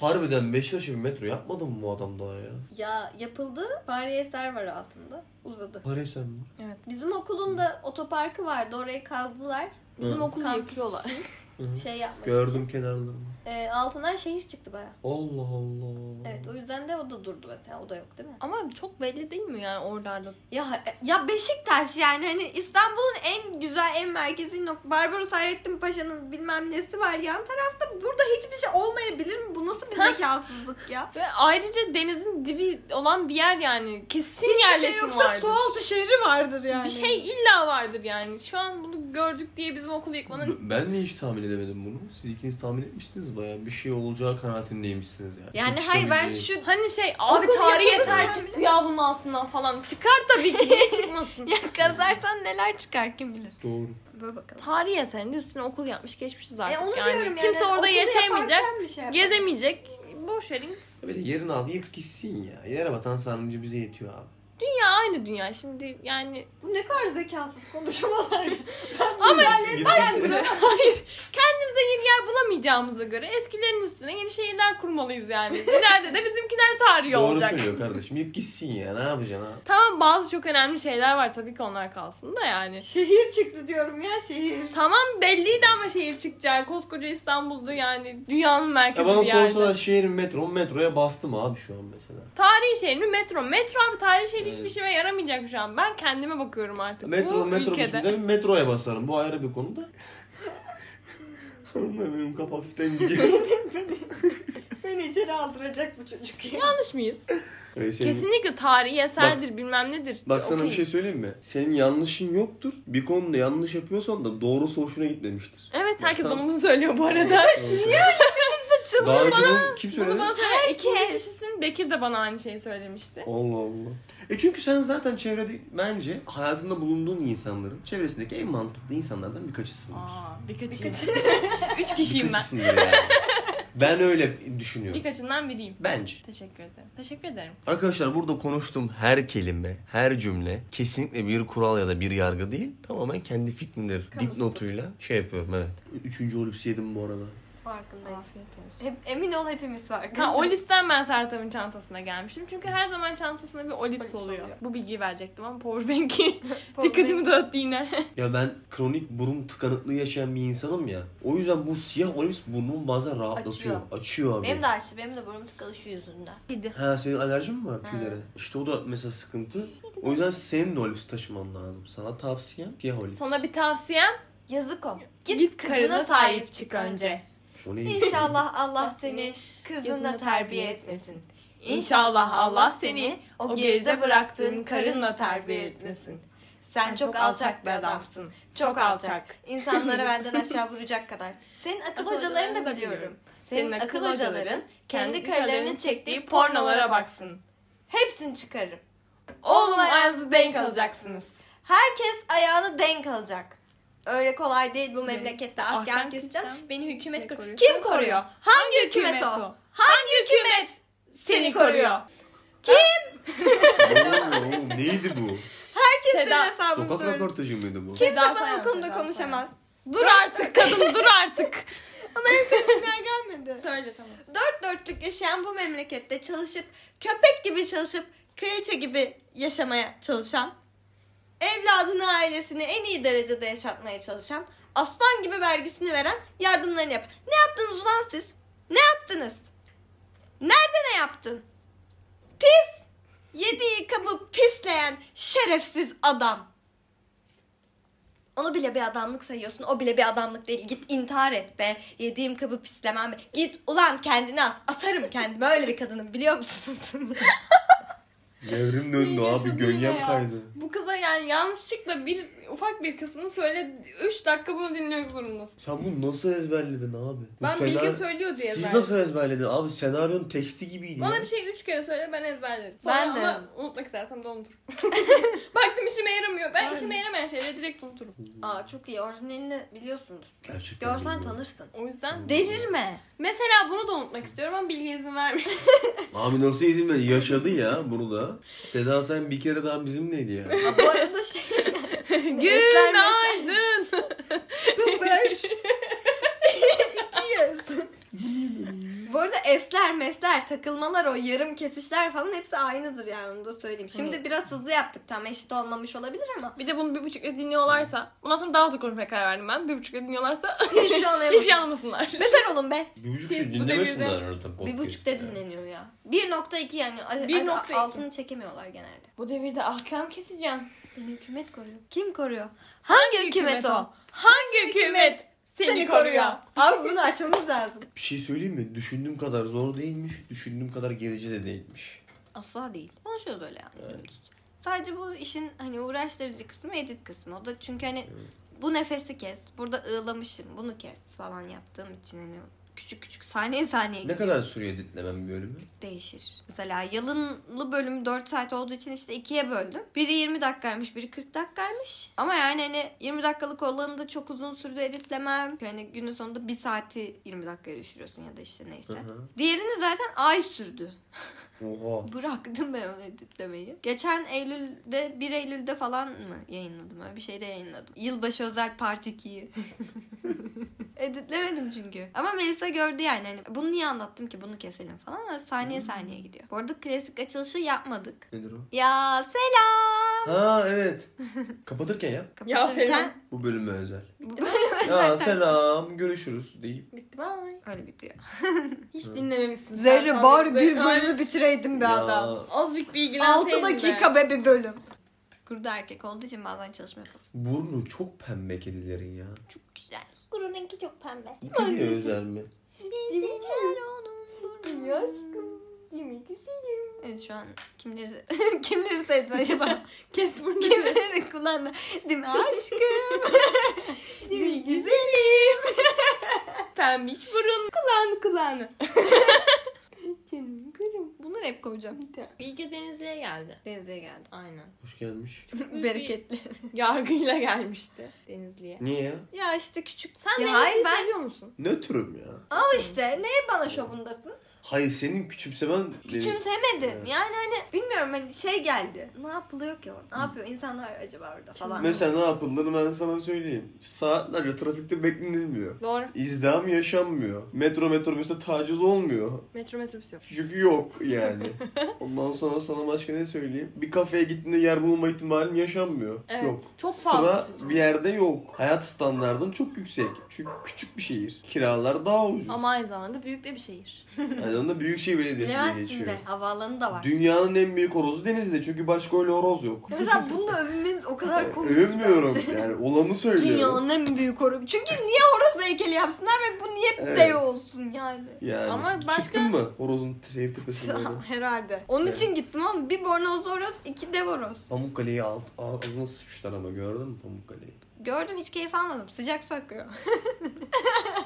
A: Harbiden Beşiktaş'a bir metro yapmadın mı bu adam daha ya?
B: Ya yapıldı. Tarihi eser var altında. Uzadı.
A: Parayı sen mi?
B: Bizim okulun da otoparkı vardı. Orayı kazdılar.
C: Bizim
A: Hı.
C: okulu
B: Kampüs
C: yıkıyorlar.
A: Hı hı.
B: Şey yapmak için.
A: Gördüm kenarlarını.
B: E, altından şehir çıktı baya.
A: Allah Allah.
B: Evet o yüzden de o da durdu mesela. O da yok değil mi?
C: Ama çok belli değil mi yani oralarda?
B: Ya ya Beşiktaş yani hani İstanbul'un en güzel en merkezi nok Barbaros Hayrettin Paşa'nın bilmem nesi var yan tarafta. Burada hiçbir şey olmayabilir mi? Bu nasıl bir zekasızlık ya?
C: Ve ayrıca denizin dibi olan bir yer yani. Kesin
B: Hiçbir
C: yerleşim
B: şey yoksa
C: vardır.
B: sualtı şehri vardır yani.
C: Bir şey illa vardır yani. Şu an bunu gördük diye bizim okulu
A: B-
C: yıkmanın...
A: Ben de hiç tahmin edemedim bunu. Siz ikiniz tahmin etmiştiniz bayağı. Bir şey olacağı kanaatindeymişsiniz yani.
B: Yani
A: Hiç
B: hayır ben
A: çıkabileceği-
B: şu
C: Hani şey abi
B: Okul
C: tarih
B: yapılır
C: yeter
B: tabii.
C: çıktı ya bunun altından falan. Çıkar tabii ki niye çıkmasın.
B: ya kazarsan neler çıkar kim bilir.
A: Doğru.
B: Böyle bakalım.
C: tarih eserinde üstüne okul yapmış geçmişiz artık.
B: E onu
C: yani.
B: diyorum yani.
C: Kimse orada
B: Okulu
C: yaşayamayacak,
B: yaparken bir şey yapar.
C: gezemeyecek. Boş verin.
A: Böyle yerin al yık gitsin ya. Yere batan sarnıcı bize yetiyor abi.
C: Dünya aynı dünya şimdi yani.
B: Bu ne kadar zekasız konuşmalar. ya.
C: Ama
A: Gitsin.
C: Hayır. Kendimize yeni yer bulamayacağımıza göre eskilerin üstüne yeni şehirler kurmalıyız yani. İleride de bizimkiler tarihi
A: Doğru
C: olacak.
A: söylüyor kardeşim. Yık gitsin ya. Ne yapacaksın abi?
C: Tamam bazı çok önemli şeyler var tabii ki onlar kalsın da yani.
B: şehir çıktı diyorum ya şehir.
C: Tamam belliydi ama şehir çıkacağı. Koskoca İstanbul'da yani dünyanın
A: Ya
C: merkezi
A: bana
C: bir yerde.
A: sorsalar şehrin metro, metroya bastım abi şu an mesela.
C: Tarihi şehir mi metro? Metro abi tarihi şehir hiçbir
A: Evet.
C: şeye yaramayacak şu an. Ben kendime bakıyorum artık.
A: Metro,
C: Bu
A: metro
C: ülkede.
A: üstünde metroya basarım. Bu ayrı bir konu da. Sorun ne benim kafa hafiften gidiyor.
B: Beni içeri aldıracak bu çocuk ya.
C: Yanlış mıyız?
A: Ee, senin-
C: Kesinlikle tarihi eserdir bilmem nedir.
A: Bak sana bir
C: Okuyun.
A: şey söyleyeyim mi? Senin yanlışın yoktur. Bir konuda yanlış yapıyorsan da doğrusu hoşuna gitmemiştir.
C: Evet herkes
A: Tamam.
C: bana bunu söylüyor bu arada.
A: Niye? Daha önce bunu kim söyledi?
C: Bunu bana söyleyen ikinci
B: Herkes.
C: kişisin Bekir de bana aynı şeyi söylemişti.
A: Allah Allah. E çünkü sen zaten çevrede bence hayatında bulunduğun insanların çevresindeki en mantıklı insanlardan birkaçısın.
C: Aa birkaç Üç kişiyim ben.
A: Birkaçısındır yani. Ben öyle düşünüyorum.
C: İlk açından biriyim.
A: Bence.
C: Teşekkür ederim. Teşekkür ederim.
A: Arkadaşlar burada konuştuğum her kelime, her cümle kesinlikle bir kural ya da bir yargı değil. Tamamen kendi fikrimdir. Dipnotuyla şey yapıyorum evet. Üçüncü olips yedim bu arada.
B: Farkındayız.
C: Afiyet olsun.
B: Hep, emin ol hepimiz farkında.
C: Ha, Olips'ten ben Sertab'ın çantasına gelmiştim. Çünkü her zaman çantasında bir Olips
B: Olips
C: oluyor.
B: oluyor.
C: Bu bilgiyi verecektim ama Powerbank'i
B: Powerbank-
C: dikkatimi dağıttı yine.
A: Ya ben kronik burun tıkanıklığı yaşayan bir insanım ya. O yüzden bu siyah olips burnumu bazen rahatlatıyor. Açıyor,
B: Açıyor.
A: abi.
B: Benim de açtı. Benim de burnum tıkalı şu yüzünden.
C: Gidi.
A: Ha senin alerjin mi var
B: Ha.
A: tüylere? İşte o da mesela sıkıntı. O yüzden senin de olips taşıman lazım. Sana tavsiyem siyah olips.
C: Sana bir tavsiyem
B: Yazık o. Git,
C: karına
B: kızına sahip çık önce.
A: O ne?
B: İnşallah Allah seni kızınla terbiye etmesin. İnşallah Allah seni o geride bıraktığın karınla terbiye etmesin. Sen çok alçak bir adamsın. Çok alçak. İnsanları benden aşağı vuracak kadar. Senin akıl hocalarını da biliyorum. Senin akıl hocaların kendi karılarının çektiği pornolara baksın. Hepsini çıkarırım. Oğlum ayağınızı denk alacaksınız. Herkes ayağını denk alacak. Öyle kolay değil bu memlekette ahkam
C: Ahkam
B: keseceğim.
C: keseceğim.
B: Beni hükümet
C: Kim
B: koruyor.
C: koruyor?
B: Kim
C: Kim
B: koruyor?
C: koruyor?
B: Hangi hükümet
C: hükümet
B: o?
C: o?
B: Hangi hükümet seni koruyor?
A: Oo, neydi bu?
B: Herkesin
C: Seda-
B: hesabını
A: Sokak
B: soruyorum.
A: röportajı mıydı bu?
B: Kimse
C: Seda
B: bana
C: Sayan,
B: bu konuda
C: Seda
B: konuşamaz.
C: Dur artık kadın dur artık.
B: Dünya gelmedi.
C: Söyle tamam.
B: Dört dörtlük yaşayan bu memlekette çalışıp köpek gibi çalışıp kraliçe gibi yaşamaya çalışan evladını ailesini en iyi derecede yaşatmaya çalışan aslan gibi vergisini veren yardımlarını yap. Ne yaptınız ulan siz? Ne yaptınız? Nerede ne yaptın? Pis! Yediği kabı pisleyen şerefsiz adam. Onu bile bir adamlık sayıyorsun. O bile bir adamlık değil. Git intihar et be. Yediğim kabı pislemem be. Git ulan kendini as. Asarım kendimi. Öyle bir kadınım biliyor musunuz?
A: Devrim döndü
C: Yaşadı
A: abi.
C: yine
A: Gönyem
C: ya.
A: kaydı.
C: Bu kıza yani yanlışlıkla bir ufak bir kısmını söyle 3 dakika bunu dinlemek zorundasın.
A: Sen bunu nasıl ezberledin abi? Bu
C: Ben
A: senar-
C: bilgi söylüyor diye
A: Siz
C: ezberledim.
A: nasıl ezberledin abi? Senaryonun teksti gibiydi
C: Bana
A: ya.
C: bir şey 3 kere söyle ben ezberlerim. Sonra
B: Ben de.
C: ama unutmak istersem de unuturum. Baktım işime yaramıyor. Ben
B: Aynen.
C: işime yaramayan şeyleri direkt unuturum.
B: Aa çok iyi. Orijinalini biliyorsundur.
C: şey-
A: Gerçekten
B: Görsen
A: bilmiyorum.
B: tanırsın.
C: O yüzden
B: Delirme.
C: mesela bunu da unutmak istiyorum ama bilgi izin vermiyor.
A: Abi nasıl izin verdin? Yaşadı ya bunu da. Seda sen bir kere daha bizimleydi ya.
B: Aa, bu arada şey...
C: Günaydın.
B: Sıfır. İkiyiz. Bu arada esler mesler takılmalar o yarım kesişler falan hepsi aynıdır yani onu da söyleyeyim. Şimdi biraz hızlı yaptık tam eşit olmamış olabilir ama
C: Bir de bunu bir buçukla dinliyorlarsa, bundan sonra daha hızlı konuşmaya karar verdim ben. Bir buçukla dinliyorlarsa
B: hiç şey
C: hiçbir şey
B: anlayamadım.
C: anlamasınlar.
B: Beter olun be.
A: Bir buçuk
C: Siz
A: şey
C: bu devirde-
A: dinlemesinler arada podcast.
B: Bir buçukta dinleniyor ya. 1.2 yani a-
C: 1.2.
B: altını çekemiyorlar genelde.
C: Bu devirde ahkam keseceğim.
B: Beni hükümet koruyor. Kim koruyor? Hangi, hükümet, o?
C: Hangi hükümet seni, koruyor?
B: Abi bunu açmamız lazım.
A: Bir şey söyleyeyim mi? Düşündüğüm kadar zor değilmiş. Düşündüğüm kadar gerici de değilmiş.
B: Asla değil. Konuşuyoruz öyle yani.
A: Evet.
B: Sadece bu işin hani uğraştırıcı kısmı edit kısmı. O da çünkü hani bu nefesi kes. Burada ığlamışım. Bunu kes falan yaptığım için hani küçük küçük saniye saniye
A: Ne kadar sürüyor dinlemem bölümü?
B: değişir. Mesela yalınlı bölüm 4 saat olduğu için işte ikiye böldüm. Biri 20 dakikaymış, biri 40 dakikaymış. Ama yani hani 20 dakikalık olanı da çok uzun sürdü editlemem. Yani günün sonunda 1 saati 20 dakikaya düşürüyorsun ya da işte neyse.
A: Hı hı.
B: Diğerini zaten ay sürdü.
A: Oha.
B: Bıraktım ben onu editlemeyi. Geçen Eylül'de 1 Eylül'de falan mı yayınladım? Öyle bir şey de yayınladım. Yılbaşı özel part 2'yi. Editlemedim çünkü. Ama Melisa gördü yani. Hani bunu niye anlattım ki bunu keselim falan. Öyle saniye
C: Hmm.
B: saniye gidiyor. Bu arada klasik açılışı yapmadık.
A: Nedir o?
B: Ya selam.
A: Ha evet. Kapatırken ya.
C: Ya selam.
A: Bu bölüme özel.
B: bu bölüm
A: Ya selam görüşürüz deyip.
C: Bitti bye.
B: öyle bitiyor.
C: Hiç dinlememişsin.
B: Zerre bari bir
C: bölüm.
B: bölümü bitireydim be
A: Ya.
B: adam.
C: Azıcık
B: 6
C: bilgilenseydin
B: dakika be bir bölüm. Kurdu erkek olduğu için bazen çalışmıyor kafası.
A: Burnu çok pembe kedilerin ya.
B: Çok güzel.
C: Burun rengi çok pembe.
A: Bu kediye özel mi?
B: Bizler onun burnu.
C: Yemek güzelim.
B: Evet şu an kimleri kimleri sevdin acaba?
C: Ket burnu.
B: kimleri kullandı? Değil mi aşkım?
C: Yemek güzelim. Pembiş burun. Kulağını kulağını. Canım gülüm.
B: Bunlar hep koyacağım.
C: Bilge Denizli'ye geldi.
B: Denizli'ye geldi.
C: Aynen.
A: Hoş gelmiş.
B: Bereketli.
C: Yargıyla gelmişti Denizli'ye.
A: Niye ya?
B: ya işte küçük.
C: Sen
B: ya
C: Denizli'yi
B: hayır ben
C: seviyor musun?
A: Nötrüm ya.
B: al işte. Neye bana şovundasın?
A: Hayır senin küçümsemen benim...
B: Küçümsemedim.
A: Evet.
B: Yani hani bilmiyorum hani şey geldi. Ne yapılıyor ki orada? Ne yapıyor insanlar acaba orada falan.
A: Mesela ne yapıldığını ben sana söyleyeyim. Saatlerce trafikte beklenilmiyor.
C: Doğru.
A: İzdiham yaşanmıyor. Metro metrobüste taciz olmuyor.
C: Metro metrobüs yok.
A: Çünkü yok yani. Ondan sonra sana başka ne söyleyeyim? Bir kafeye gittiğinde yer bulma ihtimalin yaşanmıyor.
C: Evet,
A: Yok.
C: çok
A: Sıra
C: pahalı seçim.
A: bir yerde yok. Hayat standartın çok yüksek. Çünkü küçük bir şehir. Kiralar daha ucuz.
C: Ama aynı zamanda büyük de bir şehir.
A: Yani onda Büyükşehir Belediyesi diye geçiyor.
B: Levent'sinde havaalanı da var.
A: Dünyanın en büyük horozu denizde. Çünkü başka öyle horoz yok.
B: Ya Mesela bununla övünmeniz o kadar komik. ki
A: Övünmüyorum.
B: bence.
A: Yani olanı söylüyorum.
B: Dünyanın en büyük horozu. Çünkü niye horoz heykeli yapsınlar ve bu niye
A: Evet.
B: dev olsun yani?
A: Yani
C: Ama başka-
A: çıktın mı horozun şehir tepesine? böyle?
B: Herhalde. Onun
A: Evet.
B: için gittim ama bir bornoz horoz, iki dev horoz.
A: Pamukkale'yi alt, ağzına sıçmışlar ama gördün mü Pamukkale'yi?
B: Gördüm hiç keyif almadım. Sıcak su akıyor.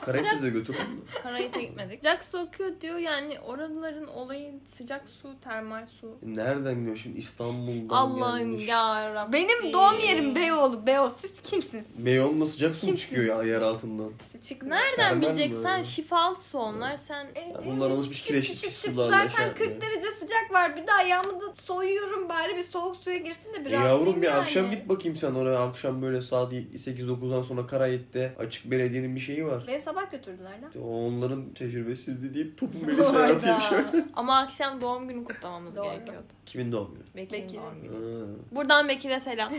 A: Karayip'te de götürdün mü?
C: Karayip'e gitmedik. Sıcak su akıyor diyor yani oraların olayı sıcak su, termal su.
A: E Nereden geliyor şimdi İstanbul'dan
C: Allah'ım
A: gelmiş.
C: ya Rabbim.
B: Benim doğum yerim Beyoğlu. Beyoğlu siz kimsiniz?
A: Beyon'la sıcak su mu
B: Kimsiniz?
A: çıkıyor ya yer altından?
B: İşte çıkın.
C: Nereden
A: Termal
C: bileceksin?
A: mi?
C: Sen şifalı su onlar. Sen
B: E,
A: Ya
B: e,
A: bunlar alışmış
B: şıp şıp
A: kireçli
B: şıp şıp.
A: sularla şey
B: Zaten
A: yapmıyor.
B: 40 derece sıcak var. Bir de ayağımı da soyuyorum bari bir soğuk suya girsin de bir
A: E yavrum
B: rahatlayayım
A: bir
B: yani.
A: akşam git bakayım sen oraya. Akşam böyle saat 8-9'dan sonra Karayip'te açık belediyenin bir şeyi var.
B: Beni sabah götürdüler lan.
A: İşte Onların tecrübesizliği deyip topun beni sana atayım şöyle.
C: Ama akşam doğum günü kutlamamız
B: Doğru.
C: gerekiyordu.
A: Kimin doğum günü?
C: Bekir'in
B: Bekir'in.
C: doğum günü.
A: Ha.
C: Buradan Bekir'e selam.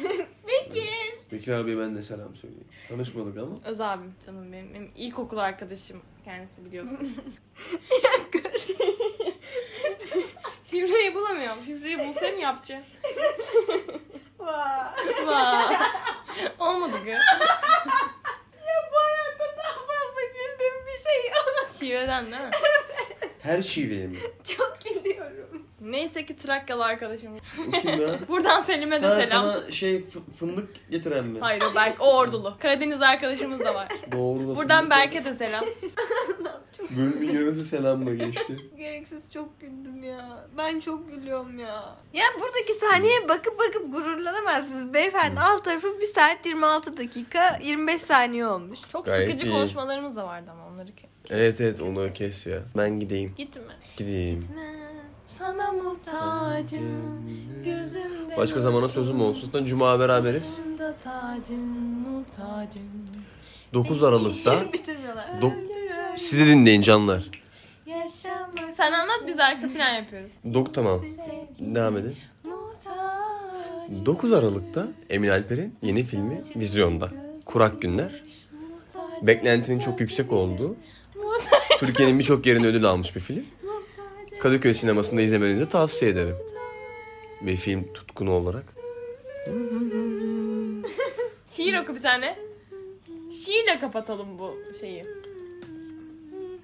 A: Bekir abiye ben de selam söyleyeyim. Tanışmadık ama.
C: Öz abim canım benim. benim ilkokul arkadaşım kendisi biliyorsun. Şifreyi bulamıyorum. Şifreyi bulsam yapacağım.
B: Vay.
C: Vay. Olmadı kız.
B: Bu hayatta daha fazla güldüğüm bir şey yok.
C: Şiveden değil mi?
A: Her şiveye mi?
B: Çok gülüyorum.
C: Neyse ki Trakyalı arkadaşım.
A: O kim ya?
C: Buradan Selim'e de
A: Ha
C: selam.
A: sana şey fı- fındık getiren mi?
C: Hayır o Berk o ordulu. Karadeniz arkadaşımız da var.
A: Doğru da
C: Buradan
A: fındık var.
C: Berk'e de selam.
A: Bölümün yarısı selamla geçti.
B: Gereksiz çok güldüm ya. Ben çok gülüyorum ya. Ya buradaki sahneye bakıp bakıp gururlanamazsınız beyefendi. Alt tarafı 1 saat 26 dakika 25 saniye olmuş.
C: Çok
A: Gayet
C: sıkıcı
A: iyi.
C: konuşmalarımız da vardı ama onları ki.
A: Evet evet onu kes ya. Ben gideyim.
C: Gitme.
A: Gideyim.
C: Sana muhtacım gözümde
A: Başka zamana sözüm olsun. Zaten Cuma beraberiz.
C: Başımda tacın muhtacım.
A: 9 Aralık'ta
B: Bitirmiyorlar.
A: Dok- sizi dinleyin canlar.
B: Yaşamak.
C: Sen anlat biz arka plan yapıyoruz.
A: Dok tamam. Devam edin. 9 Aralık'ta Emin Alper'in yeni filmi vizyonda. Kurak Günler. Beklentinin çok yüksek olduğu, Türkiye'nin birçok yerinde ödül almış bir film. Kadıköy sinemasında izlemenizi tavsiye ederim. Bir film tutkunu olarak.
C: Şiir oku bir tane. Şiirle kapatalım bu şeyi.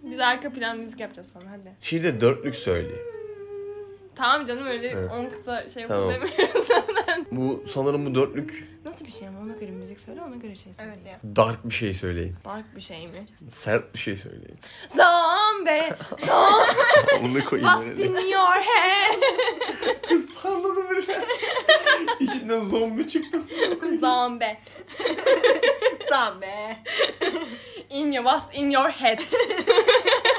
C: Biz arka plan müzik yapacağız sana hadi.
A: Şiir de dörtlük söyleyeyim.
C: Tamam canım öyle
A: Evet.
C: on kıta şey
A: Tamam.
C: yapalım demiyoruz.
A: Bu sanırım bu dörtlük
C: Nasıl bir şey ama ona göre müzik söyle ona göre şey söyle.
B: Evet ya.
A: dark bir şey söyleyin.
C: Dark bir şey mi?
A: Sert bir şey söyleyin.
C: Zombie, zombie
A: Onu koyayım
C: in your head.
A: Kız parladı birden. İçinden zombi çıktı.
C: Zombie.
B: Sen be.
C: In your what's in your head.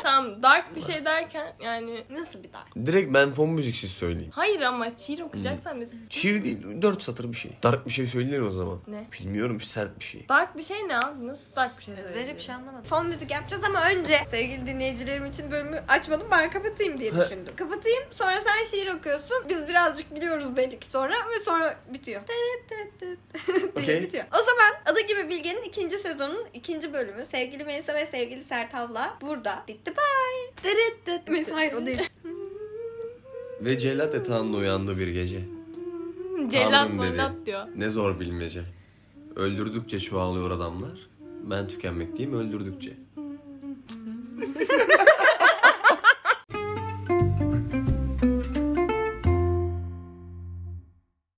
C: tamam dark bir şey derken yani
B: Nasıl bir dark?
A: Direkt ben fon müziksiz söyleyeyim.
C: hayır ama şiir okuyacaksan biz
A: Şiir değil, dört satır bir şey. Dark bir şey söylenir o zaman.
C: Ne?
A: Bilmiyorum, sert bir şey.
C: dark bir şey ne abi? Nasıl dark bir şey
B: Özleri bir
C: söyleyebilirim?
B: şey anlamadım. Fon müzik yapacağız ama önce sevgili dinleyicilerim için bölümü açmadım ben kapatayım diye
A: Ha.
B: düşündüm. kapatayım sonra sen şiir okuyorsun. Biz birazcık biliyoruz belli ki sonra ve sonra bitiyor. Teret tet tet diye
A: Okey.
B: bitiyor. O zaman Ada gibi Bilge'nin ikinci sezonun ikinci bölümü sevgili Melisa ve sevgili Sertav'la burada. Bitti bye.
C: Dırıt dırıt
B: Melisa hayır o değil.
A: Ve cellat etağında uyandı bir gece.
C: dırıt. Cellat
A: Tanrım dedi.
C: mandat diyor.
A: Ne zor bilmece. Öldürdükçe çoğalıyor adamlar. Ben tükenmekteyim öldürdükçe.